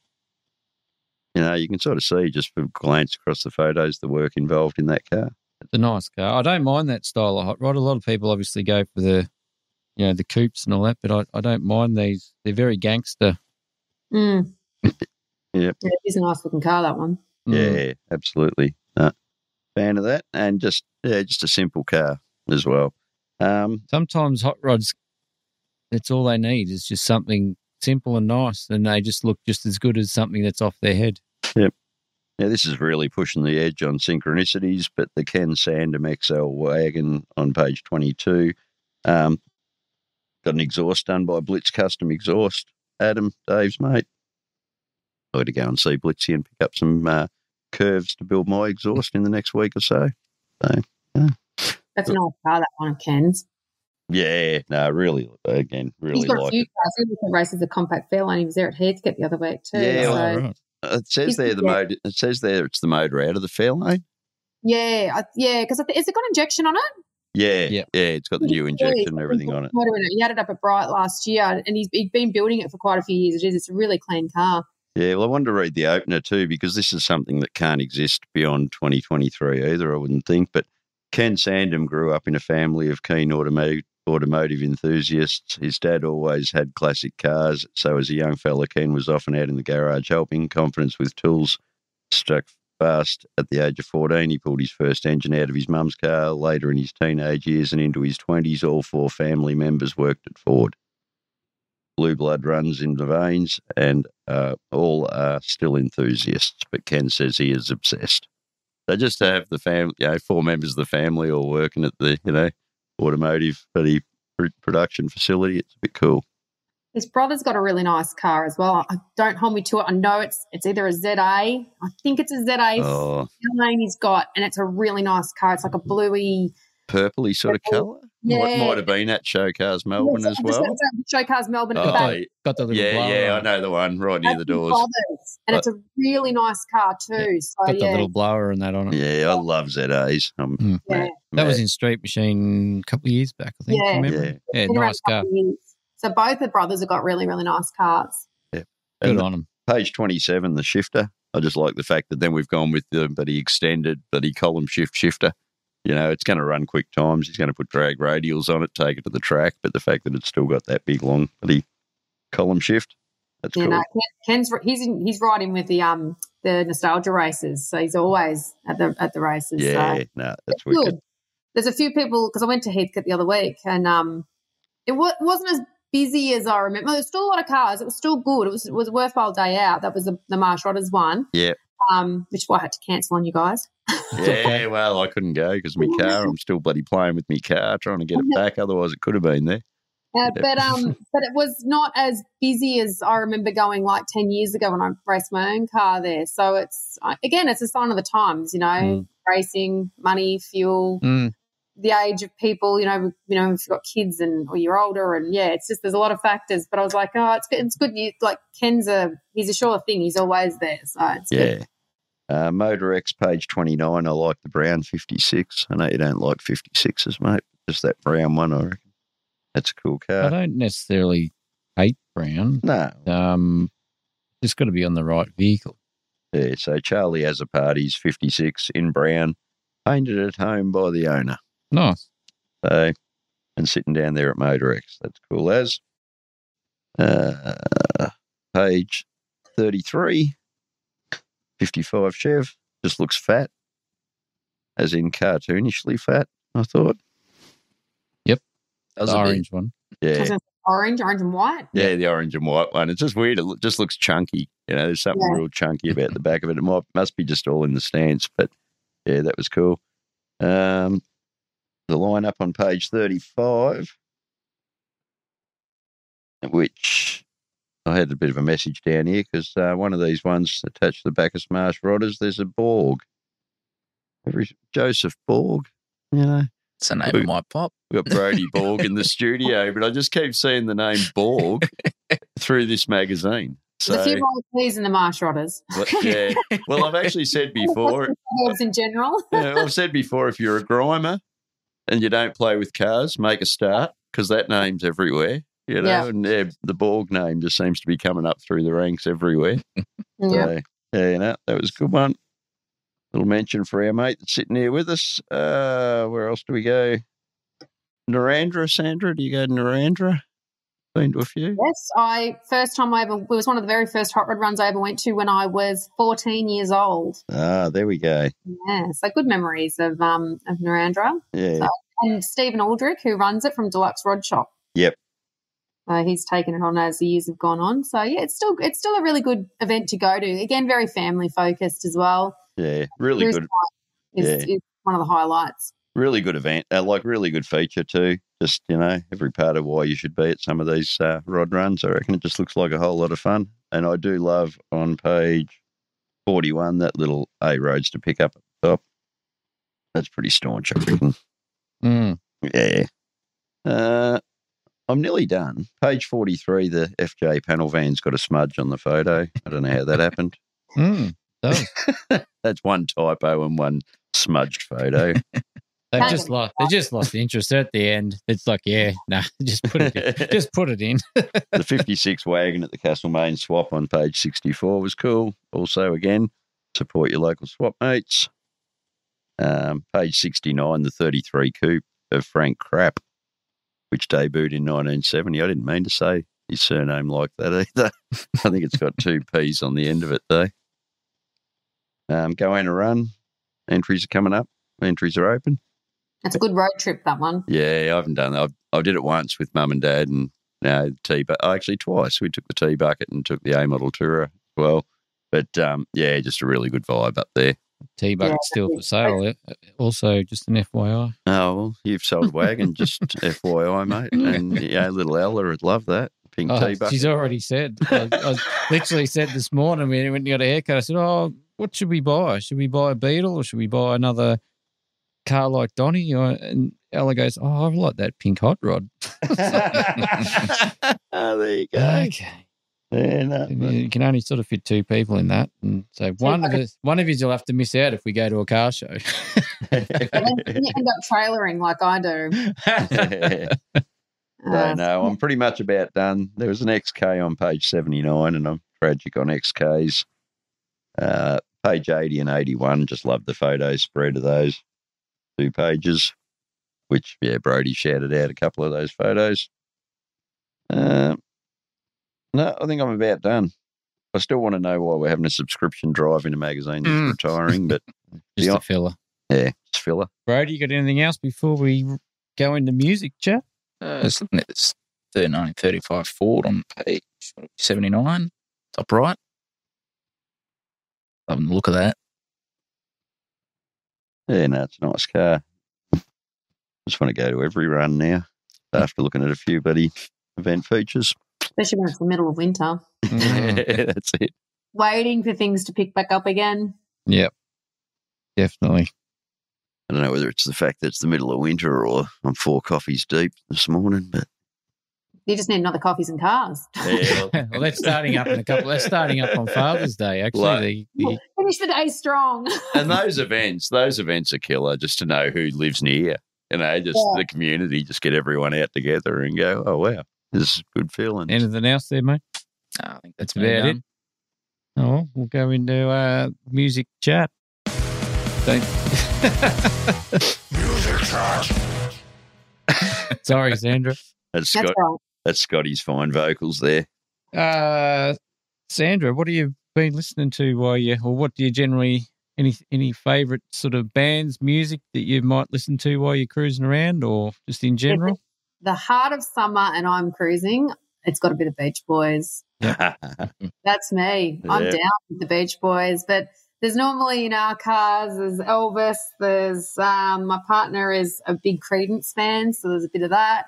you know, you can sort of see just from glance across the photos the work involved in that car.
It's a nice car. I don't mind that style of hot rod. A lot of people obviously go for the, you know, the coupes and all that, but I, I don't mind these. They're very gangster.
Mm.
Yep.
Yeah, it is a nice looking car, that one.
Mm.
Yeah, absolutely. No. Fan of that, and just yeah, just a simple car as well. Um,
Sometimes hot rods, that's all they need is just something simple and nice, and they just look just as good as something that's off their head.
yeah, this is really pushing the edge on synchronicities, but the Ken Sandham XL wagon on page twenty-two um, got an exhaust done by Blitz Custom Exhaust. Adam, Dave's mate. I got to go and see Blitzy and pick up some uh, curves to build my exhaust in the next week or so.
That's a nice car, that one, Ken's.
Yeah, no, really, again, really
He's got a
like
few
it.
cars. He was at races at Compact Fairlane. He was there at Heathcote the other week, too.
Yeah,
so,
Oh, right.
Uh, It says
He's-
there the
yeah.
mode. It says there it's the motor out of the fair lane.
yeah, I, yeah. Because has it got injection on it?
Yeah, yeah,
Yeah.
It's got the new injection and everything on it.
Motor in it. He had it up at Bright last year, and he's, he's been building it for quite a few years. It is. It's a really clean car.
Yeah, well, I wanted to read the opener too because this is something that can't exist beyond 2023 either. I wouldn't think. But Ken Sandham grew up in a family of keen automotive automotive enthusiasts. His dad always had classic cars, so as a young fella, Ken was often out in the garage helping. Confidence with tools struck fast at the age of 14. He pulled his first engine out of his mum's car. Later in his teenage years and into his 20s, all four family members worked at Ford. Blue blood runs in the veins, and uh, all are still enthusiasts. But Ken says he is obsessed. So just to have the family, you know, four members of the family all working at the, you know, automotive bloody pr- production facility, it's a bit cool.
His brother's got a really nice car as well. I don't hold me to it. I know it's it's either a ZA. I think it's a ZA
Oh,
lane he's got, and it's a really nice car. It's like a bluey.
purpley sort of colour. What
Yeah.
might have been at Show Cars Melbourne as well.
Show cars Melbourne at the
Oh,
back.
yeah,
Got the little blower
yeah,
on
I
it.
know the one right near the
That's his
doors.
brother's, And it's a really nice car too. So
Got the
Oh, yeah,
little blower and that on it.
Yeah, I love ZAs. I'm
Mm.
yeah.
That was
mad.
in Street Machine a couple of years back, I think.
Yeah.
from
yeah,
memory. yeah
Been around
nice
a
car.
couple of years. So both the brothers have got really, really nice cars.
Good
And-
on them.
page 27, the shifter. I just like the fact that then we've gone with the but he extended but he column shift shifter. You know, it's going to run quick times. He's going to put drag radials on it, take it to the track. But the fact that it's still got that big long bloody column shift, that's
You
cool.
know, uh, Ken- Ken's he's in, he's riding with the um the nostalgia races, so he's always at the at the races.
yeah,
so.
no, that's
It's
wicked.
good. There's a few people because I went to Heathcote the other week, and um, it wa- wasn't as busy as I remember. There was still a lot of cars. It was still good. It was it was a worthwhile day out. That was the, the Marsh Rodders one.
Yep.
Um, which is why I had to cancel on you guys.
Yeah, well, I couldn't go because my car. I'm still bloody playing with my car, trying to get it back. Otherwise, it could have been there.
Uh, but um, but it was not as busy as I remember going like ten years ago when I raced my own car there. So it's uh, again, it's a sign of the times, you know,
Mm.
racing, money, fuel,
Mm.
the age of people. You know, you know, if you've got kids and or you're older, and yeah, it's just there's a lot of factors. But I was like, oh, it's good. It's good. You like Ken's a he's a sure thing. He's always there. So it's good.
Yeah. Uh, Motor X, page 29. I like the brown 56. I know you don't like 56s, mate. Just that brown one, I reckon. That's a cool
I
car.
don't necessarily hate Brown.
No.
Um, just got to be on the right vehicle.
Yeah, so Charlie has a party's 56 in brown, painted at home by the owner.
Nice.
So, and sitting down there at Motor X. That's cool as. Uh, page 33, 55 Chev. Just looks fat, as in cartoonishly fat, I thought.
That was
The
a bit-
orange one.
Yeah.
Because it's Orange, orange and white.
Yeah, the orange and white one. It's just weird. It loo- just looks chunky. You know, there's something
Yeah.
real chunky about the back of it. It might, must be just all in the stance, but yeah, that was cool. Um, the line up on page 35, which I had a bit of a message down here because uh, one of these ones attached to the Bacchus Marsh Rodders, there's a Borg. Every, Joseph Borg, you know.
It's a name
Who-
of my pop.
We've got Brody Borg in the studio, but I just keep seeing the name Borg through this magazine. So,
There's a few more peas in the Marsh Rodders.
but, yeah. Well, I've actually said before,
Herbs in general.
yeah, I've said before, if you're a grimer and you don't play with cars, make a start because that name's everywhere. You know,
Yeah.
and yeah, the Borg name just seems to be coming up through the ranks everywhere.
Yeah.
So, yeah, you know, that was a good one. Little mention for our mate that's sitting here with us. Uh, where else do we go? Narendra, Sandra, do you go to Narendra? Been to a few.
Yes, I first time I ever it was one of the very first hot rod runs I ever went to when I was 14 years old.
Ah, there we go.
Yeah, so good memories of um of Narendra
Yeah.
and Stephen Aldrich who runs it from Deluxe Rod Shop.
Yep.
Uh, he's taken it on as the years have gone on. So yeah, it's still it's still a really good event to go to. Again, very family focused as well.
Yeah. Really
Bruce
good.
Is, is one of the highlights.
Really good event. Uh, like, really good feature, too. Just, you know, every part of why you should be at some of these uh, rod runs. I reckon it just looks like a whole lot of fun. And I do love on page 41 that little A roads to pick up at the top. That's pretty staunch, I reckon.
Mm.
Yeah. Uh, I'm nearly done. Page 43, the FJ panel van's got a smudge on the photo. I don't know how that happened.
Mm. Does.
That's one typo and one smudged photo.
They've just lost. They just lost interest at the end. It's like, yeah, no, just put it. In.
the
Just put it in.
56 wagon at the Castlemaine swap on page 64 was cool. Also, again, support your local swap mates. Um, page 69, the 33 coupe of Frank Crapp, which debuted in 1970. I didn't mean to say his surname like that either. I think it's got two P's on the end of it, though. Um, go and run. Entries are coming up. Entries are open.
That's a good road trip that one.
Yeah, I haven't done that. I, I did it once with mum and dad and no tea, but actually twice. We took the tea bucket and took the A model tour as well. But um, yeah, just a really good vibe up there.
T bucket's still for sale. Uh, Also, just an FYI.
Oh, well, you've sold wagon, just FYI, mate. And yeah, little Ella would love that pink
Oh,
tea bucket.
she's already said. I, I literally said this morning when when you got a haircut. I said, "Oh, what should we buy? Should we buy a Beetle or should we buy another car like Donnie?" Or, and Ella goes, "Oh, I like that pink hot rod."
oh, there you go.
Okay,
Yeah, no,
And
but-
you can only sort of fit two people in that, and so one of us, one of you will have to miss out if we go to a car show.
And then you end up trailering like I do.
So
Uh,
no, I'm pretty much about done. There was an XK on page 79, and I'm tragic on XKs. Uh, page 80 and 81, just love the photo spread of those two pages, which, yeah, Brody shouted out a couple of those photos. Uh, no, I think I'm about done. I still want to know why we're having a subscription drive in a magazine that's
Mm.
retiring, but
Just
Yeah.
a filler.
yeah, it's filler.
Brody, you got anything else before we go into music chat?
Uh, I was looking at this 1935 Ford on page 79, top right. Loving the look of that.
Yeah, no, it's a nice car. Just want to go to every run now after looking at a few bloody event features.
especially when it's the middle of winter.
Mm,
Yeah, that's it.
Waiting for things to pick back up again.
definitely.
I don't know whether it's the fact that it's the middle of winter or I'm four coffees deep this morning, but
You just need another coffees and cars.
yeah,
well, that's starting up in a couple. That's starting up on Father's Day, actually.
Like-
the, the,
Finish the day strong.
and those events, those events are killer. Just to know who lives near, you know, just
Yeah.
the community, just get everyone out together and go. Oh wow, this is a good feeling.
anything else there, mate?
Ah, I think
That's
that's
about
about
it. Oh, we'll go into uh, music chat. Don't. Sorry, Sandra.
that's
That's
Scott.
right.
That's Scotty's fine vocals there.
Uh, Sandra, what have you been listening to while you, or what do you generally, any any favourite sort of bands, music that you might listen to while you're cruising around, or just in general?
The heart of summer and I'm cruising. It's got a bit of Beach Boys. That's me. I'm
Yeah.
down with the Beach Boys. But there's normally in our cars, there's Elvis, there's um, my partner is a big Credence fan, so there's a bit of that.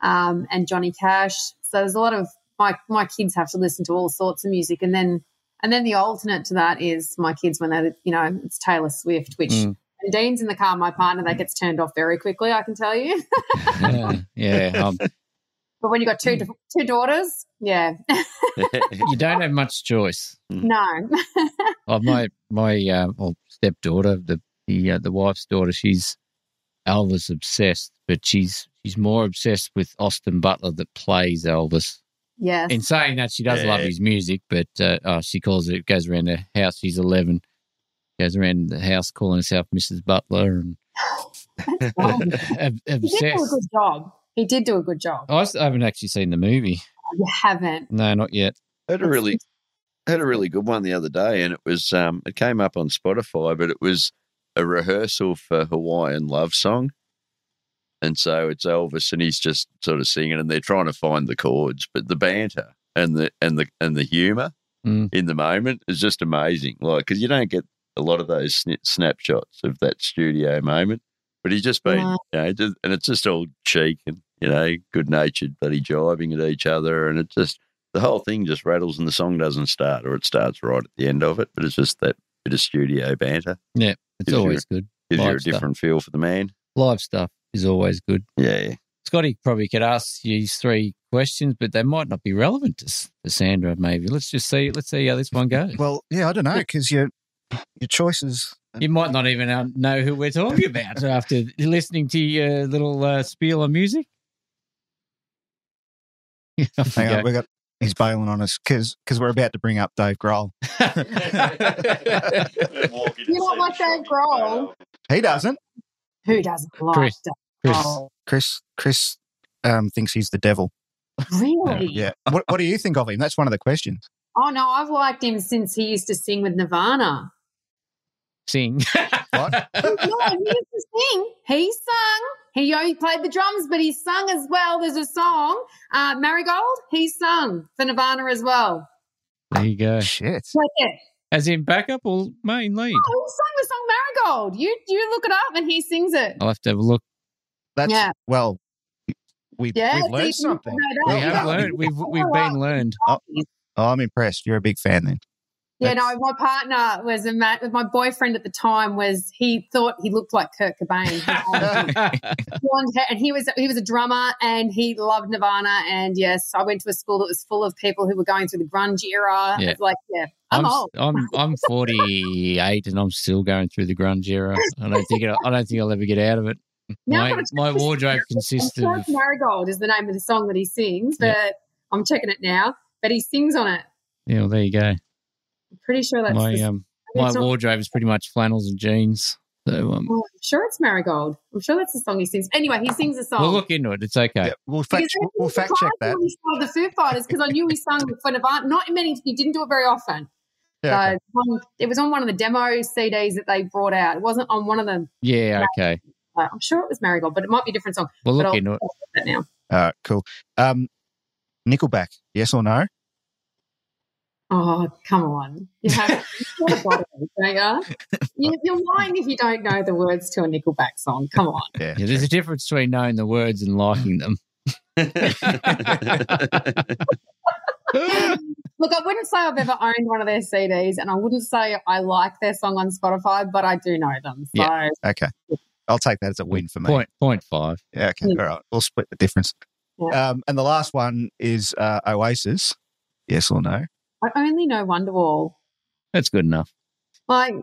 Um, and Johnny Cash. So there's a lot of my my kids have to listen to all sorts of music and then and then the alternate to that is my kids when they you know, it's Taylor Swift, which
Mm.
when Dean's in the car, my partner, that gets turned off very quickly, I can tell you.
yeah, yeah um,
But when you've got
Mm.
two two daughters, yeah,
you don't have much choice.
no,
Oh, my my uh, well, stepdaughter, the the uh, the wife's daughter, she's Elvis obsessed, but she's she's more obsessed with Austin Butler that plays Elvis.
Yes.
In saying that, she does
Yeah.
love his music, but uh, oh, she calls it, goes around the house. She's 11, goes around the house calling herself Mrs. Butler and
Oh,
ob-
he did do a
obsessed. Oh.
good job. He did do a good job.
I s- I haven't actually seen the movie.
You haven't.
No, not yet.
Had a really had a really good one the other day, and it was um, it came up on Spotify, but it was a rehearsal for Hawaiian love song, and so it's Elvis, and he's just sort of singing, and they're trying to find the chords, but the banter and the and the and the humour
Mm.
in the moment is just amazing, like because you don't get a lot of those sni snapshots of that studio moment, but he's just been,
No.
you know, just, and it's just all cheek and you know good natured, bloody jiving at each other, and it just the whole thing just rattles and the song doesn't start or it starts right at the end of it. But it's just that bit of studio banter.
It's
Gives you-
always good.
Gives you a
Live stuff.
different feel for the man.
Live stuff is always good.
Yeah.
Scotty probably could ask these three questions, but they might not be relevant to, S- to Sandra. Maybe let's just see. Let's see how this one goes.
Well, yeah, I don't know because your your choices. uh,
you might not even um, know who we're talking about after listening to your little uh, spiel of music. Off you
Hang
go.
on, we got he's bailing on us because we're about to bring up Dave Grohl.
You don't like Dave Grohl?
He doesn't.
Who doesn't like
Chris.
Dave
Chris,
Grohl?
Chris Chris um, thinks he's the devil.
Really?
Yeah. What, what do you think of him? That's one of the questions.
Oh no, I've liked him since he used to sing with Nirvana.
sing.
What?
no, he used to sing. He sung. He only played the drums, but he sung as well. There's a song, uh, Marigold. He sung for Nirvana as well.
There you go.
Shit.
Like it.
As in backup or main lead?
Oh, he sang the song Marigold. You you look it up and he sings it.
I'll have to have a look.
That's
Yeah.
well. We,
Yeah,
we've learned
see, you
something.
know that.
We
Oh,
have
yeah.
learned. We've we've been learned.
Oh, I'm impressed. You're a big fan then.
Yeah, no, my partner was a ma My boyfriend at the time was he thought he looked like Kurt Cobain, Um, blonde hair, and he was he was a drummer and he loved Nirvana. And yes, I went to a school that was full of people who were going through the grunge era.
Yeah.
It's like, yeah, I'm,
I'm s-
old.
I'm I'm 48 and I'm still going through the grunge era. I don't think it, I don't think I'll ever get out of it.
Now I've
My,
got to
my
check this
wardrobe
I'm
consists
sure
of
it's Marigold is the name of the song that he sings, but
Yeah.
I'm checking it now. But he sings on it.
yeah. Well, there you go.
I'm pretty sure that's.
My
the-
um
it's
my
not-
wardrobe is pretty much flannels and jeans. So um,
Well, I'm sure it's Marigold. I'm sure that's the song he sings. Anyway, he sings the song.
we'll look into it. It's okay.
Yeah, we'll
Because
fact
then
we'll
I'm
fact check
surprised
that.
when he started the Foo Fighters because I knew he sung for Nirvana. Not many. He didn't do it very often.
Yeah, okay.
So one, it was on one of the demo CDs that they brought out. It wasn't on one of them.
Yeah. Okay.
Uh, I'm sure it was Marigold, but it might be a different song.
We'll
But
look
I'll-
into it.
I'll look at that now.
All right, cool. Um, Nickelback, yes or no?
Oh, come on. You have, you're, a bother, don't you? You- you're lying if you don't know the words to a Nickelback song. Come on.
Yeah.
Yeah, there's a difference between knowing the words and liking them.
Look, I wouldn't say I've ever owned one of their CDs, and I wouldn't say I like their song on Spotify, but I do know them. So,
Okay. I'll take that as a win for me.
Point point five.
Yeah, okay.
Yeah.
All right. We'll split the difference.
Yeah.
Um, and the last one is uh, Oasis, yes or no?
I only know Wonderwall.
That's good enough.
Like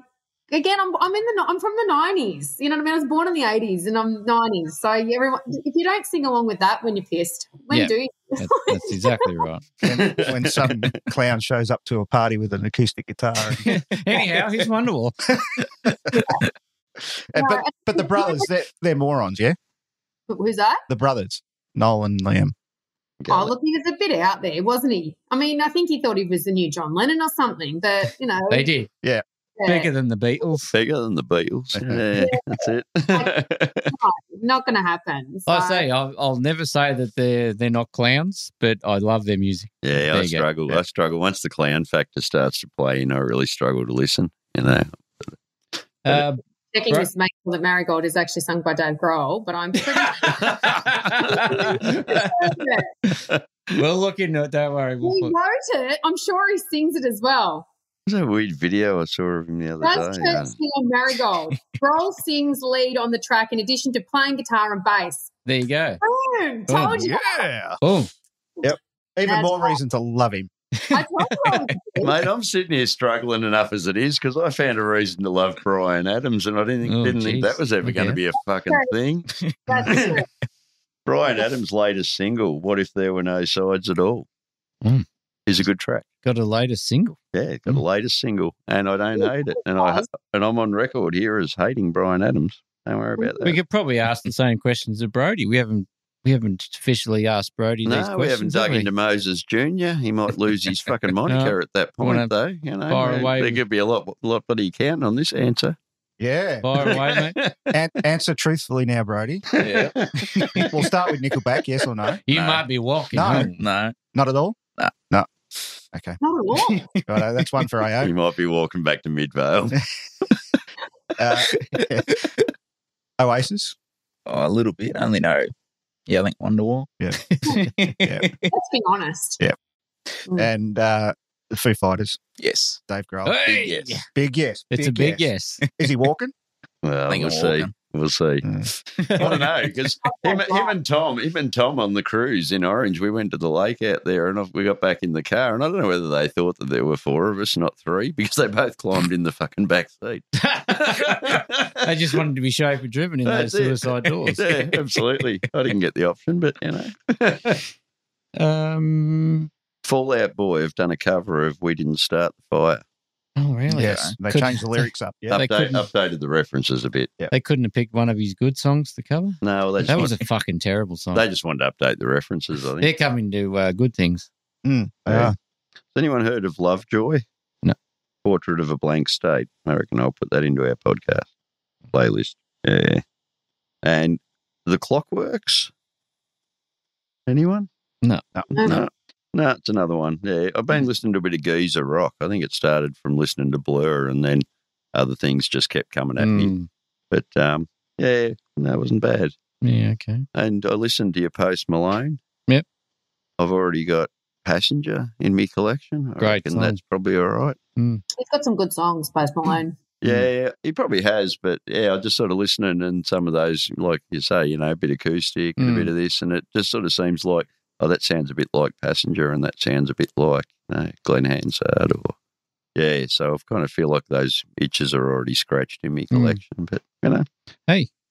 again, I'm I'm in the ni- I'm from the nineties. You know what I mean? I was born in the eighties, and I'm nineties. So everyone, if you don't sing along with that when you're pissed, when
Yeah.
do you?
That, that's exactly right.
When, when some clown shows up to a party with an acoustic guitar. And,
Anyhow, here's Wonderwall.
and- but,
No,
but the brothers, they're, they're morons, yeah?
Who's that?
The brothers, Noel and Liam.
Oh, look, he was a bit out there, wasn't he? I mean, I think he thought he was the new John Lennon or something. But you know,
They did
yeah,
bigger than the Beatles.
Bigger than the Beatles. Yeah, that's it.
not going to happen. So,
I say I'll, I'll never say that they're they're not clowns, but I love their music.
yeah,
There
I
you go.
struggle. I struggle. Once the clown factor starts to play in, I really struggle to listen. You know,
Uh,
checking
Right.
this to make sure that Marigold is actually sung by Dave Grohl, but I'm pretty certain
Um, we'll look into it. Don't worry. We'll
he
put-
wrote it. I'm sure he sings it as well.
there's a weird video I saw of him the other
Does
day. um,
Kurt sing on Marigold? Grohl sings lead on the track in addition to playing guitar and bass.
there you go.
Boom! Told you.
Yeah.
Oh,
Even
That's
more
right.
reason to love him.
I told you. I was good.
Mate, I'm sitting here struggling enough as it is because I found a reason to love Brian Adams, and I didn't think,
Oh,
didn't think
geez.
that was ever going to
Okay.
be a fucking thing.
That's it.
Brian Adams' latest single, What If There Were No Sides at All,
Mm.
is a good track.
Got a latest single.
Yeah,
Hmm.
got the latest single, and I don't hate it. And I
Nice.
and I'm on record here as hating Brian Adams. Don't worry about that.
We could probably ask the same questions of Brody. We haven't we haven't officially asked Brody these
No,
questions.
we haven't
have
dug
we?
into Moses Junior. He might lose his fucking moniker at that
I wanna
point, though. You know,
fire
man,
away
there
with-
could be a lot, lot bloody counting on this answer.
Yeah.
Fire away, mate.
An- answer truthfully now, Brody.
Yeah.
We'll start with Nickelback, yes or no?
You
No.
might be walking
No.
home.
No.
Not at all?
No.
No. Okay.
Not at all.
Righto, that's one for
he
AO.
might be walking back to Midvale.
Uh, Oasis?
Oh, a little bit. I only know. Yeah, I think Wonderwall.
Let's be honest.
Yeah. And uh, the Foo Fighters,
Yes.
Dave Grohl.
Hey!
Big yes.
Big yes.
It's a big yes.
Is he walking? Mm,
Well,
I think
we'll
I'm
see.
walking.
We'll see. I don't know because him, him and Tom, him and Tom on the cruise in Orange, we went to the lake out there, and we got back in the car, and I don't know whether they thought that there were four of us, not three, because they both climbed in the fucking back seat.
I just wanted to be chauffeur driven in
That's
those
it.
suicide doors.
yeah, absolutely. I didn't get the option, but you know.
Um.
Fallout Boy have done a cover of "We Didn't Start the Fire."
Oh, really?
Yes. They
Could-
changed the lyrics up. Yeah.
They
Update,
couldn't-
updated the references a bit.
They couldn't have picked one of his good songs to cover.
No, they just,
That was a
want-
fucking terrible song.
they just wanted to update the references. I think.
They're coming to uh, good things.
Mm, they
Yeah.
are.
Has anyone heard of Lovejoy?
No.
Portrait of a Blank State. I reckon I'll put that into our podcast playlist. Yeah. And The Clockworks? Anyone?
No.
No. No, it's another one. Yeah. I've been listening to a bit of geezer rock. I think it started from listening to Blur and then other things just kept coming at me.
Mm,
But um, yeah, no, it wasn't bad.
yeah. Okay.
And I listened to your post Malone.
Yep.
I've already got Passenger in me collection. I
Great
reckon
song.
that's probably all right.
He's got some good songs, Post Malone.
Mm.
Yeah, he probably has, but yeah, I just sort of listening and some of those, like you say, you know, a bit acoustic, and a
Mm.
bit of this, and it just sort of seems like, oh, that sounds a bit like Passenger, and that sounds a bit like you know, Glenn Hansard, or yeah. So I kind of feel like those itches are already scratched in my
Mm.
collection, but you know,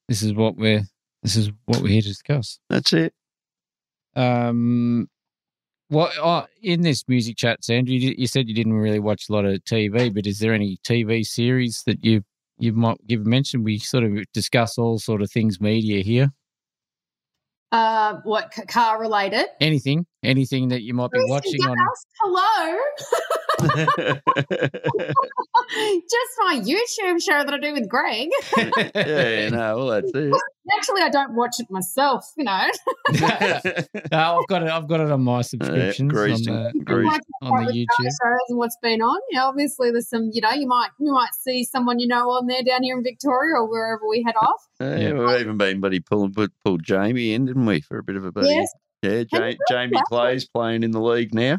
This is what we're. This is what we're here to discuss.
that's it.
Um, what oh, in this music chat, Sandra? You, you said you didn't really watch a lot of TV, but is there any TV series that you you might give a mention? We sort of discuss all sort of things media here.
Uh, what c- car related?
Anything, anything that you might be
Listen,
watching on.
guys, Hello. Just my YouTube show that I do with Greg.
yeah, no, well, that's it.
Actually, I don't watch it myself, you know.
No, I've got it. I've got it on my
yeah,
subscriptions
greased
on,
and-
the,
I
greased.
watch
on
quite
the
with car
YouTube.
shows and what's been on. Yeah, obviously there's some, you know, you might you might see someone you know on there down here in Victoria or wherever we head off.
Yeah,
Yeah.
we've even been buddy pulling put- pulled Jamie in, didn't we, for a bit of a buddy?
Yes.
Yeah, ja- Jamie Clay's playing in the league now.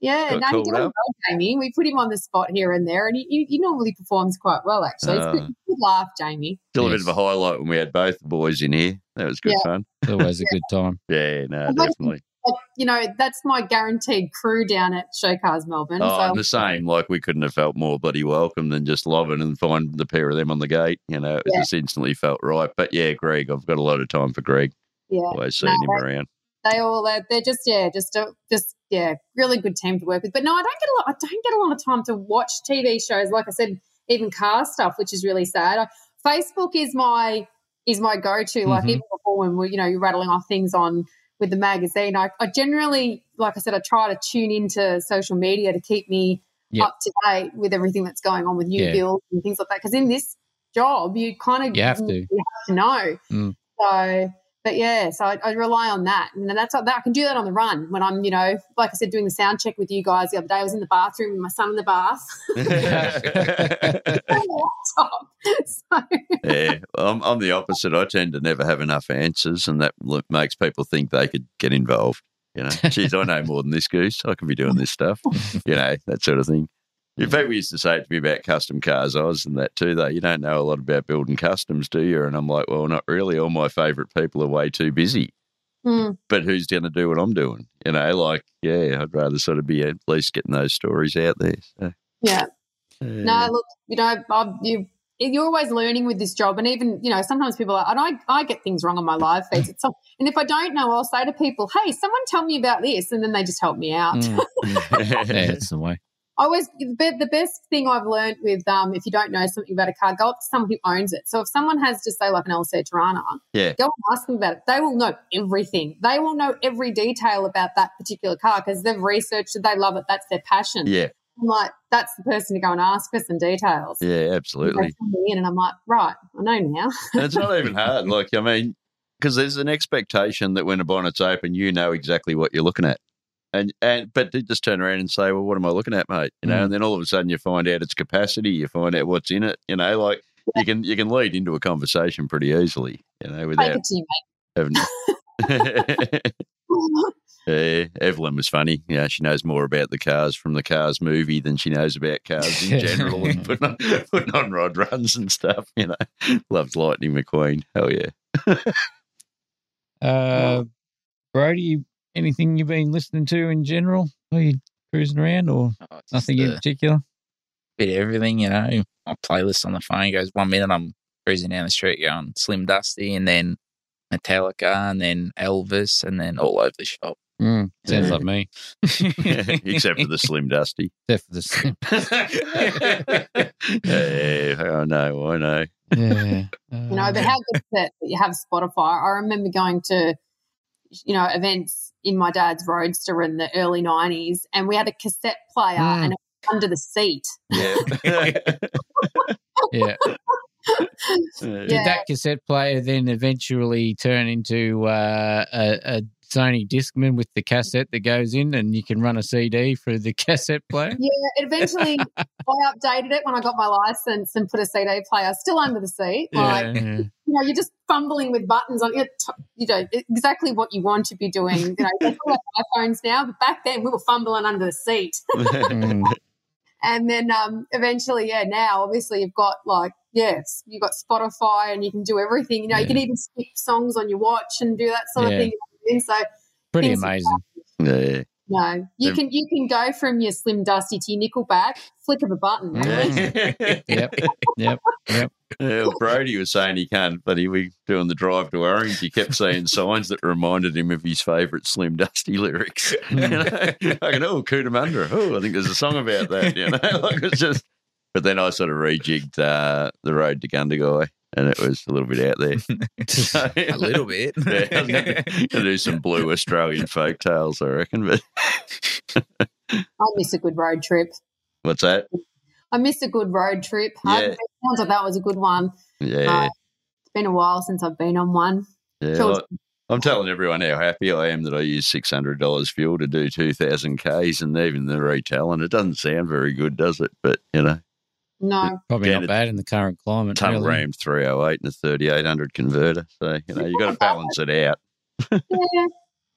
Yeah,
Got
no, he
called
did well,
up.
Jamie. We put him on the spot here and there, and he, he, he normally performs quite well. Actually,
Uh,
It's
Ah.
good, good laugh, Jamie.
Still a bit of
Yes.
a highlight when we had both the boys in here. That was good fun.
It's always a good time.
Yeah, no,
I'd like to-
definitely.
But, you know, that's my guaranteed crew down at Show Cars Melbourne.
Oh,
so
and the same. Like we couldn't have felt more bloody welcome than just loving and find the pair of them on the gate. You know, it
Yeah.
just instantly felt right. But yeah, Greg, I've got a lot of time for Greg.
yeah,
Always seeing him around.
they all are, they're just yeah, just a, just yeah, really good team to work with. But no, I don't get a lot. I don't get a lot of time to watch TV shows. Like I said, even car stuff, which is really sad. I, Facebook is my is my go to. Like
Mhm.
even before when we you know you're rattling off things on with the magazine, I, I generally like I said, I try to tune into social media to keep me
Yeah.
up to date with everything that's going on with new
Yeah.
builds and things like that. Because in this job, you kind of
You have to.
to know.
Mm.
So, but yeah, so I, I rely on that, and then that's that. I can do that on the run when I'm, you know, like I said, doing the sound check with you guys the other day. I was in the bathroom with my son in the bath.
yeah,
on the laptop. so,
I'm, I'm the opposite. I tend to never have enough answers, and that l- makes people think they could get involved. You know, geez, I know more than this goose. I could be doing this stuff. You know, that sort of thing. In fact, we used to say it to me about custom cars. I was in that too, though. You don't know a lot about building customs, do you? And I'm like, well, not really. All my favourite people are way too busy.
mm,
But who's going to do what I'm doing? You know, like, yeah, I'd rather sort of be at least getting those stories out there. So,
yeah.
yeah.
No, look, you know, I've, you you're always learning with this job and even you know sometimes people are and i, I get things wrong on my live feeds it's so, and if i don't know i'll say to people hey someone tell me about this and then they just help me out
Mm, yeah, that's the way.
I always the the best thing I've learned with um, if you don't know something about a car, go up to someone who owns it. So if someone has just say like an El Serrano,
Yeah.
go and ask them about it. They will know everything. They will know every detail about that particular car because they've researched it. They love it. That's their passion.
yeah,
I'm like that's the person to go and ask for some details.
yeah, absolutely.
They send me in and I'm like, right, I know now.
And it's not even hard. Like, I mean, because there's an expectation that when a bonnet's open, you know exactly what you're looking at. And, and but to just turn around and say, well, what am I looking at, mate? You know, and then all of a sudden you find out its capacity, you find out what's in it. You know, like you can you can lead into a conversation pretty easily. You know,
Take
without
it to you,
having.
mate.
yeah, Evelyn was funny. Yeah, she knows more about the cars from the Cars movie than she knows about cars in general, and putting on, putting on rod runs and stuff. You know, loves Lightning McQueen. Hell yeah.
Uh, Brody, anything you've been listening to in general? Are you cruising around or
Oh, it's
nothing in
Uh,
just a
particular?
bit of everything, you know. My playlist on the phone goes one minute I'm cruising down the street going Slim Dusty and then Metallica and then Elvis and then all over the shop.
Mm, sounds
Yeah.
like me,
except for the slim dusty.
except for this.
yeah, I know, I know.
Yeah. uh,
You know, but how good is it that you have Spotify? I remember going to, you know, events in my dad's Roadster in the early 90s, and we had a cassette player
Mm.
and it was under the seat.
Yeah.
yeah.
Yeah.
Did that cassette player then eventually turn into uh, a, a Sony Discman with the cassette that goes in, and you can run a CD through the cassette player?
Yeah, it eventually I updated it when I got my license and put a CD player still under the seat. Like,
Yeah.
you know, you're just fumbling with buttons on your t- you know, e, exactly what you want to be doing. You know, there's all like iPhones now, but back then we were fumbling under the seat.
Mm.
And then um, eventually, yeah, now obviously you've got like, yes, you've got Spotify and you can do everything. You know, you
Yeah.
can even skip songs on your watch and do that sort
Yeah.
of thing. And so,
Pretty
Things like
amazing.
yeah.
no, you
Yeah.
can you can go from your Slim Dusty to your Nickelback, flick of a button. really.
Yep. Yep.
Yeah, well, Brody was saying he can't, but he was doing the drive to Orange. He kept seeing signs that reminded him of his favourite Slim Dusty lyrics. you know, like, oh, Cootamundra. Oh, I think there's a song about that. You know, like it's just. But then I sort of rejigged uh, the road to Gundagai, and it was a little bit out there. So-
A little bit.
yeah, I was gonna- gonna do some blue Australian folk tales, I reckon. But
I miss a good road trip.
what's that?
I miss a good road trip. I
Yeah.
haven't been- sounds like that was a good one.
Yeah,
It's been a while since I've been on one.
yeah.
So
I- I'm telling everyone how happy I am that I use six hundred dollars fuel to do two thousand k's, and even the retelling. It doesn't sound very good, does it? But you know,
no,
Probably
Yeah,
not
the
bad in the current climate.
ton
really.
RAM three hundred eight and a thirty eight hundred converter. So you know, you got to balance it out.
yeah,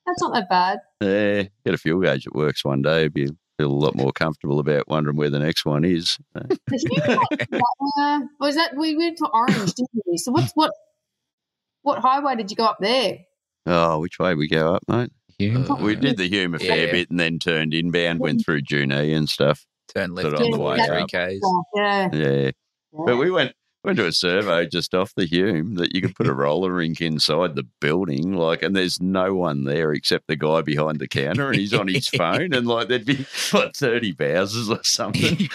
that's not that bad.
Yeah, get a fuel gauge that works one day. You'll Be feel a lot more comfortable about wondering where the next one is.
Did you go up- uh, was that we went to Orange, didn't we? So what's what what highway did you go up there?
Oh, which way we go up, mate?
Yeah.
Uh,
We did the Hume a fair
Yeah.
bit and then turned inbound, went through June E and stuff.
Turn left
Sort
of
on the
on the
way
way
three
up.
Ks.
Oh, yeah.
Yeah. But
yeah.
we went went to a survey just off the Hume that you could put a roller rink inside the building, like, and there's no one there except the guy behind the counter, and he's on his phone, and like there'd be like thirty bowsers or something.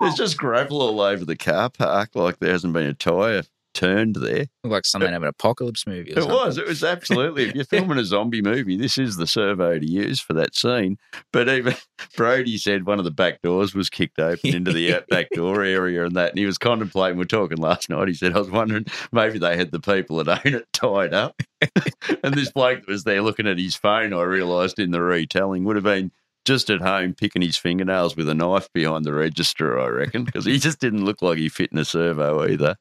there's just gravel all over the car park, like there hasn't been a tire turned there.
Looked like someone having an apocalypse movie. Or
It
something.
was. It was absolutely. If you're filming a zombie movie, this is the survey to use for that scene. But even Brody said one of the back doors was kicked open into the out back door area and that. And he was contemplating, we are talking last night. He said, I was wondering maybe they had the people that own it tied up. and this bloke that was there looking at his phone, I realised in the retelling, would have been. Just at home picking his fingernails with a knife behind the register, I reckon, because he just didn't look like he fit in a servo either.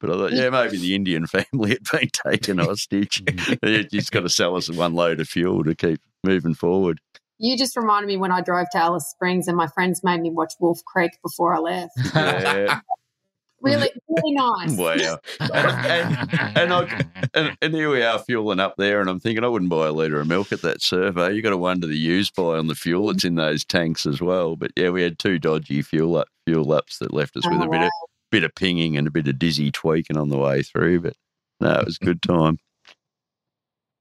But I thought, yeah, maybe the Indian family had been taken hostage. You just got to sell us one load of fuel to keep moving forward.
You just reminded me when I drove to Alice Springs and my friends made me watch Wolf Creek before I left.
Yeah,
Really, really nice.
wow. And, and I- and, and here we are fueling up there, and I'm thinking I wouldn't buy a litre of milk at that survey. you got to wonder the use by on the fuel that's in those tanks as well. But yeah, we had two dodgy fuel up fuel ups that left us with a bit of bit of pinging and a bit of dizzy tweaking on the way through, but no, it was a good time.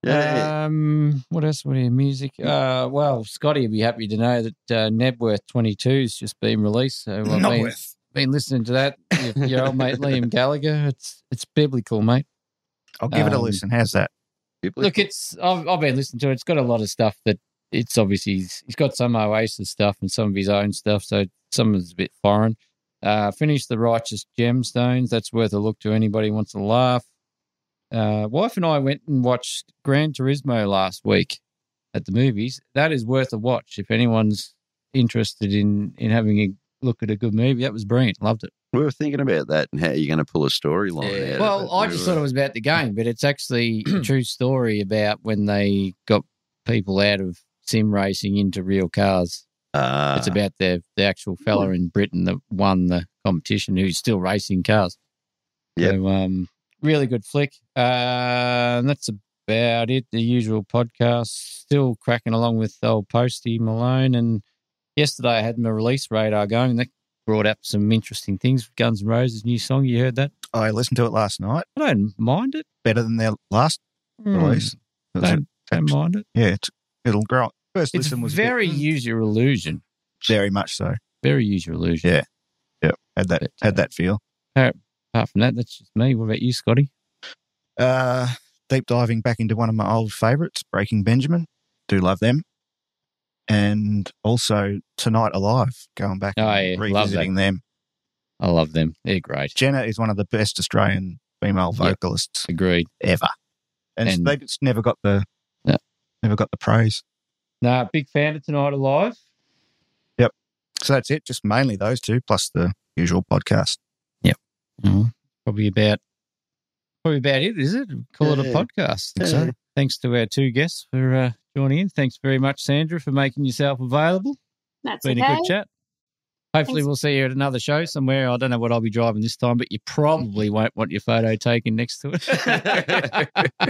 Yeah.
Um, what else? What are your music? Uh, well, Scotty would be happy to know that uh, Nebworth 22's just been released. So I've been,
worth.
been listening to that. Your, your old mate Liam Gallagher. It's it's biblical, mate.
I'll give it a
Um,
listen. How's that?
Look, it's I've, I've been listening to it. It's got a lot of stuff that it's obviously he's, he's got some Oasis stuff and some of his own stuff. So some of it's a bit foreign. Uh, finish the righteous gemstones. That's worth a look to anybody who wants to laugh. Uh, wife and I went and watched Gran Turismo last week at the movies. That is worth a watch if anyone's interested in in having a look at a good movie. That was brilliant. Loved it.
we were thinking about that and how you're going to pull a storyline
Yeah.
out. of
Well,
it.
I
We
just
were-
thought it was about the game, but it's actually a true story about when they got people out of sim racing into real cars.
Ah.
it's about the the actual fella in Britain that won the competition who's still racing cars.
Yep.
So, um, really good flick. Uh, and that's about it. The usual podcast still cracking along with old Posty Malone. And yesterday I had my release radar going. That brought up some interesting things. Guns N' Roses new song. You heard that?
I listened to it last night.
I don't mind it.
Better than their last release. It was a-
Hmm. Don't, don't mind it.
yeah, it's, it'll grow. First
It's
listen was a bit-
very use your illusion.
very much so.
Very use your illusion.
Yeah. Had that
But,
had
uh,
that feel.
Apart from that, that's just me. What about you, Scotty?
Uh, deep diving back into one of my old favourites, Breaking Benjamin. Do love them. And also Tonight Alive, going back
Oh,
and
yeah, love that.
revisiting them.
I love them. They're great.
Jenna is one of the best Australian female
Yeah.
vocalists
Agreed.
ever. And,
And-
they just never got the
No.
never got the praise.
Nah, big fan of Tonight Alive.
So that's it, just mainly those two, plus the usual podcast.
Oh, probably about probably about it, is it? Call it a
Yeah.
podcast.
Yeah.
So thanks to our two guests for uh, joining in. Thanks very much, Sandra, for making yourself available.
That's
Been
okay.
a good chat. Hopefully,
Thanks.
we'll see you at another show somewhere. I don't know what I'll be driving this time, but you probably won't want your photo taken next to it.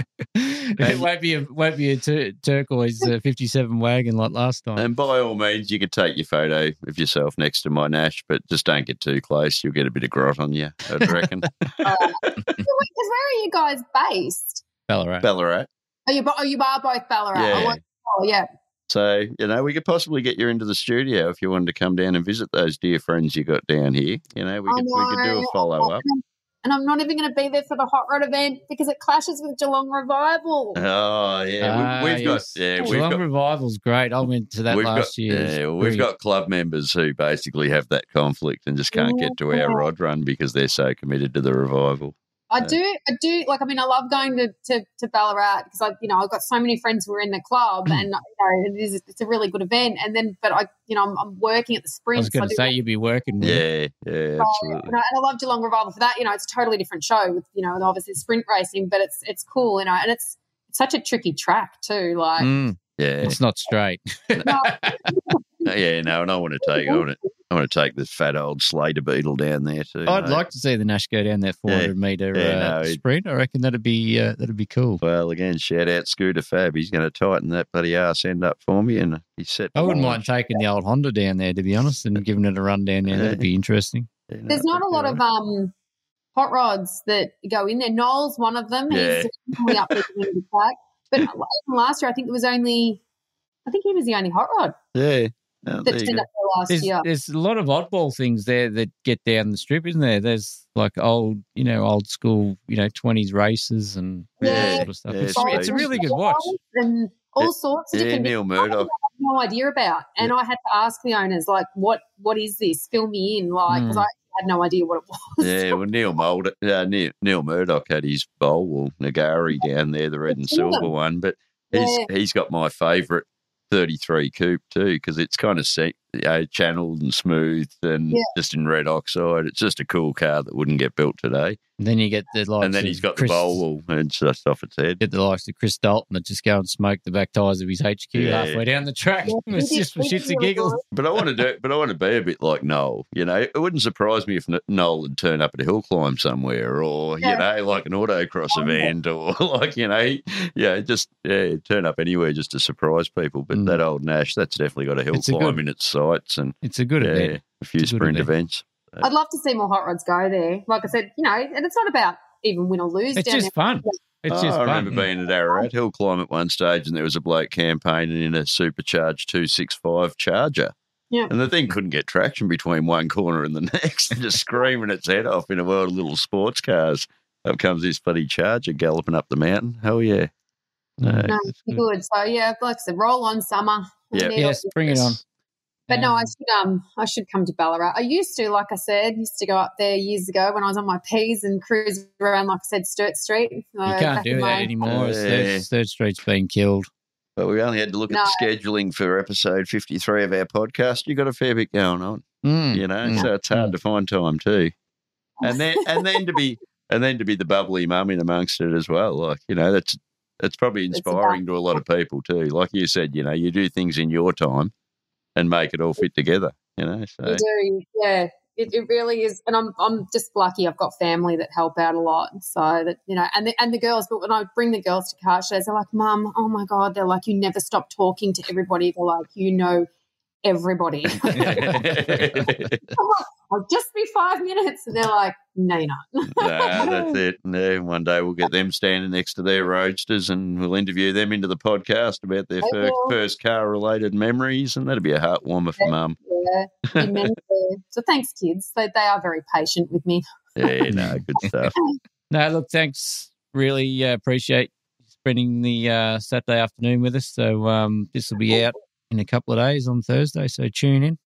it won't be a won't be a tur- turquoise uh, fifty-seven wagon like last time.
And by all means, you could take your photo of yourself next to my Nash, but just don't get too close. You'll get a bit of grot on you, I would reckon.
Because where are you guys based?
Ballarat.
Ballarat.
Oh, you, bo- oh, you are both Ballarat. I
Yeah.
want- oh, yeah.
So, you know, we could possibly get you into the studio if you wanted to come down and visit those dear friends you got down here. You know, we
I
could, we could do a
know.
follow up.
And I'm not even going to be there for the Hot Rod event because it clashes with Geelong Revival.
Oh, yeah.
Ah,
We, we've
yes.
got, yeah, we've
Geelong
got
Revival's great. I went to that
we've
last
got,
year. It was
Yeah, we've
brilliant.
got club members who basically have that conflict and just can't get to
Yeah.
our rod run because they're so committed to the revival.
I
Yeah.
do, I do. Like, I mean, I love going to to, to Ballarat because I, you know, I've got so many friends who are in the
Mm.
club, and you know, it is it's a really good event. And then, but I, you know, I'm, I'm working at the
I
spring.
was going to say you'd be working with.
Yeah, yeah, absolutely.
and I, and I love Geelong Revival for that. You know, it's a totally different show with you know, and obviously sprint racing, but it's it's cool, you know, and it's it's such a tricky track too. Like,
Mm,
Yeah,
it's not straight.
Mm. yeah, no, and I want to take, I want to, I want to take the fat old Slater beetle down there too.
I'd
mate.
like to see the Nash go down that 400 meter
Yeah,
uh,
no, it-
sprint. I reckon that'd be uh, that'd be cool.
Well, again, shout out Scooter Fab. He's going to tighten that bloody ass end up for me, and he's set.
I
to
wouldn't
launch.
mind taking the old Honda down there, to be honest, and giving it a run down there. That'd be interesting.
Yeah, no,
there's not a
that'd
lot
be
of
all
um hot rods that go in there. Noel's one of them.
Yeah.
He's definitely up there in the pack. But uh, even last year, I think there was only, I think he was the only hot rod
right. Yeah. No,
that
there you
turned
go.
up there last
There's,
year.
there's a lot of oddball things there that get down the strip, isn't there? There's like old, you know, old school, you know, 20s races and all that
Yeah.
sort of stuff.
Yeah,
it's,
it's
it's a
big.
really good watch.
And all sorts of
Yeah,
different
Neil
things I
Murdoch.
had no idea about. And I had to ask the owners, like, what what is this? Fill me in, like, because
Hmm.
I had no idea what it was.
Yeah, well, Neil Mulder, uh, Neil, Neil Murdoch had his bowl well, Nagari down there, the red and
Yeah.
silver one, but he's he's got my favourite thirty three coupe too because it's kind of se- you know, channeled and smooth and
Yeah.
just in red oxide. It's just a cool car that wouldn't get built today.
And then you get the likes
and then
of
he's got
Chris,
the bowl well and stuff off its head.
Get the likes of Chris Dalton that just go and smoke the back tyres of his HQ
Yeah.
halfway down the track.
Yeah,
it's
he did-
just for
he did
shits and
really
giggles.
well.
But I want to do. But I want to be a bit like Noel. You know, it wouldn't surprise me if N- Noel would turn up at a hill climb somewhere, or you
Yeah.
know, like an autocross event, or like you know, yeah, just yeah, turn up anywhere just to surprise people. But
Mm.
that old Nash, that's definitely got a hill
It's a
climb
good-
in its sights and
It's a good
yeah,
event.
a few
It's a good
sprint
event.
events.
I'd love to see more hot rods go there. Like I said, you know, and it's not about even win or lose.
It's
down
just fun. It's just
Oh, I
fun.
remember being at Ararat Hill Climb at one stage, and there was a bloke campaigning in a supercharged 265 Charger.
Yeah.
And the thing couldn't get traction between one corner and the next, and just screaming its head off in a world of little sports cars. Up comes this bloody Charger galloping up the mountain. Hell yeah. No.
No, it's good. So yeah, like I said, roll on summer.
Yeah.
Need
yes,
all-
bring it on.
But no, I
Um,
should um I should come to Ballarat. I used to, like I said, used to go up there years ago when I was on my P's and cruise around, like I said, Sturt Street.
you can't do that anymore. It's
Yeah.
Third, Third Street's been killed.
But we only had to look at the scheduling for episode 53 of our podcast. you got a fair bit going on,
Mm.
you know,
Mm.
so it's hard to find time too. and then and then to be and then to be the bubbly mum in amongst it as well. Like you know, that's that's probably
It's
inspiring to a lot of people too. Like you said, you know, you do things in your time and make it all fit together. You know, so
You do, yeah. It, it really is, and I'm I'm just lucky. I've got family that help out a lot, so that you know, and the and the girls. But when I bring the girls to car shows, they're like, "Mum, oh my god!" They're like, "You never stop talking to everybody." They're like, "You know everybody." I'll just be five minutes, and they're like, "No, you're not."
nah, that's it. No, one day we'll get them standing next to their roadsters and we'll interview them into the podcast about their
I
fir-
will.
first car related memories, and that'd be a heartwarmer for mum.
Yeah, you meant to. so thanks, kids. They they are very patient with me.
Yeah, no, good stuff.
No, look, thanks. Really uh, appreciate spending the uh, Saturday afternoon with us. So um, this will be out in a couple of days on Thursday. So tune in.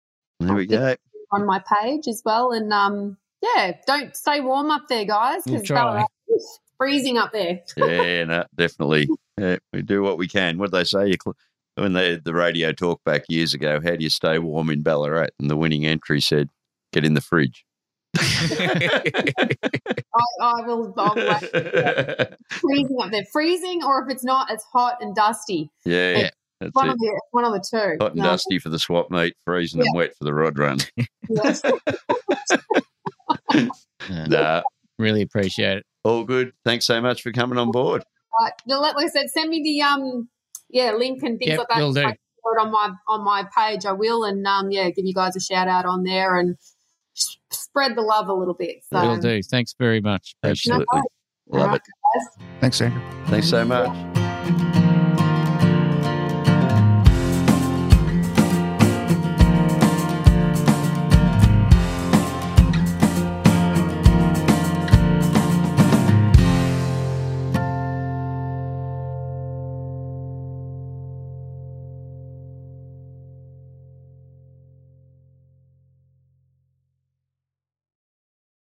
There we go.
on my page as well. And um, yeah, don't stay warm up there, guys,
We'll
because
try.
it's freezing up there.
yeah, no, definitely. Yeah, we do what we can. What they say, you cl- when they, the radio talk back years ago, how do you stay warm in Ballarat? And the winning entry said, get in the fridge.
I, I will. I'll wait.
yeah,
freezing up there, freezing, or if it's not, it's hot and dusty.
that's
One
it.
of the one of the two.
Hot and
No,
dusty for the swap meet, freezing and wet for the rod run.
yes.
nah,
Really appreciate it.
all good. Thanks so much for coming on board.
Right. No, like I said, send me the um, yeah, link and things
Yep,
like that.
will do.
If I can put it on my on my page, I will, and um, yeah, give you guys a shout out on there and s- spread the love a little bit. So,
Will do. Thanks very much. Appreciate it.
Absolutely. Love it.
Thanks, Andrew.
Thanks so much.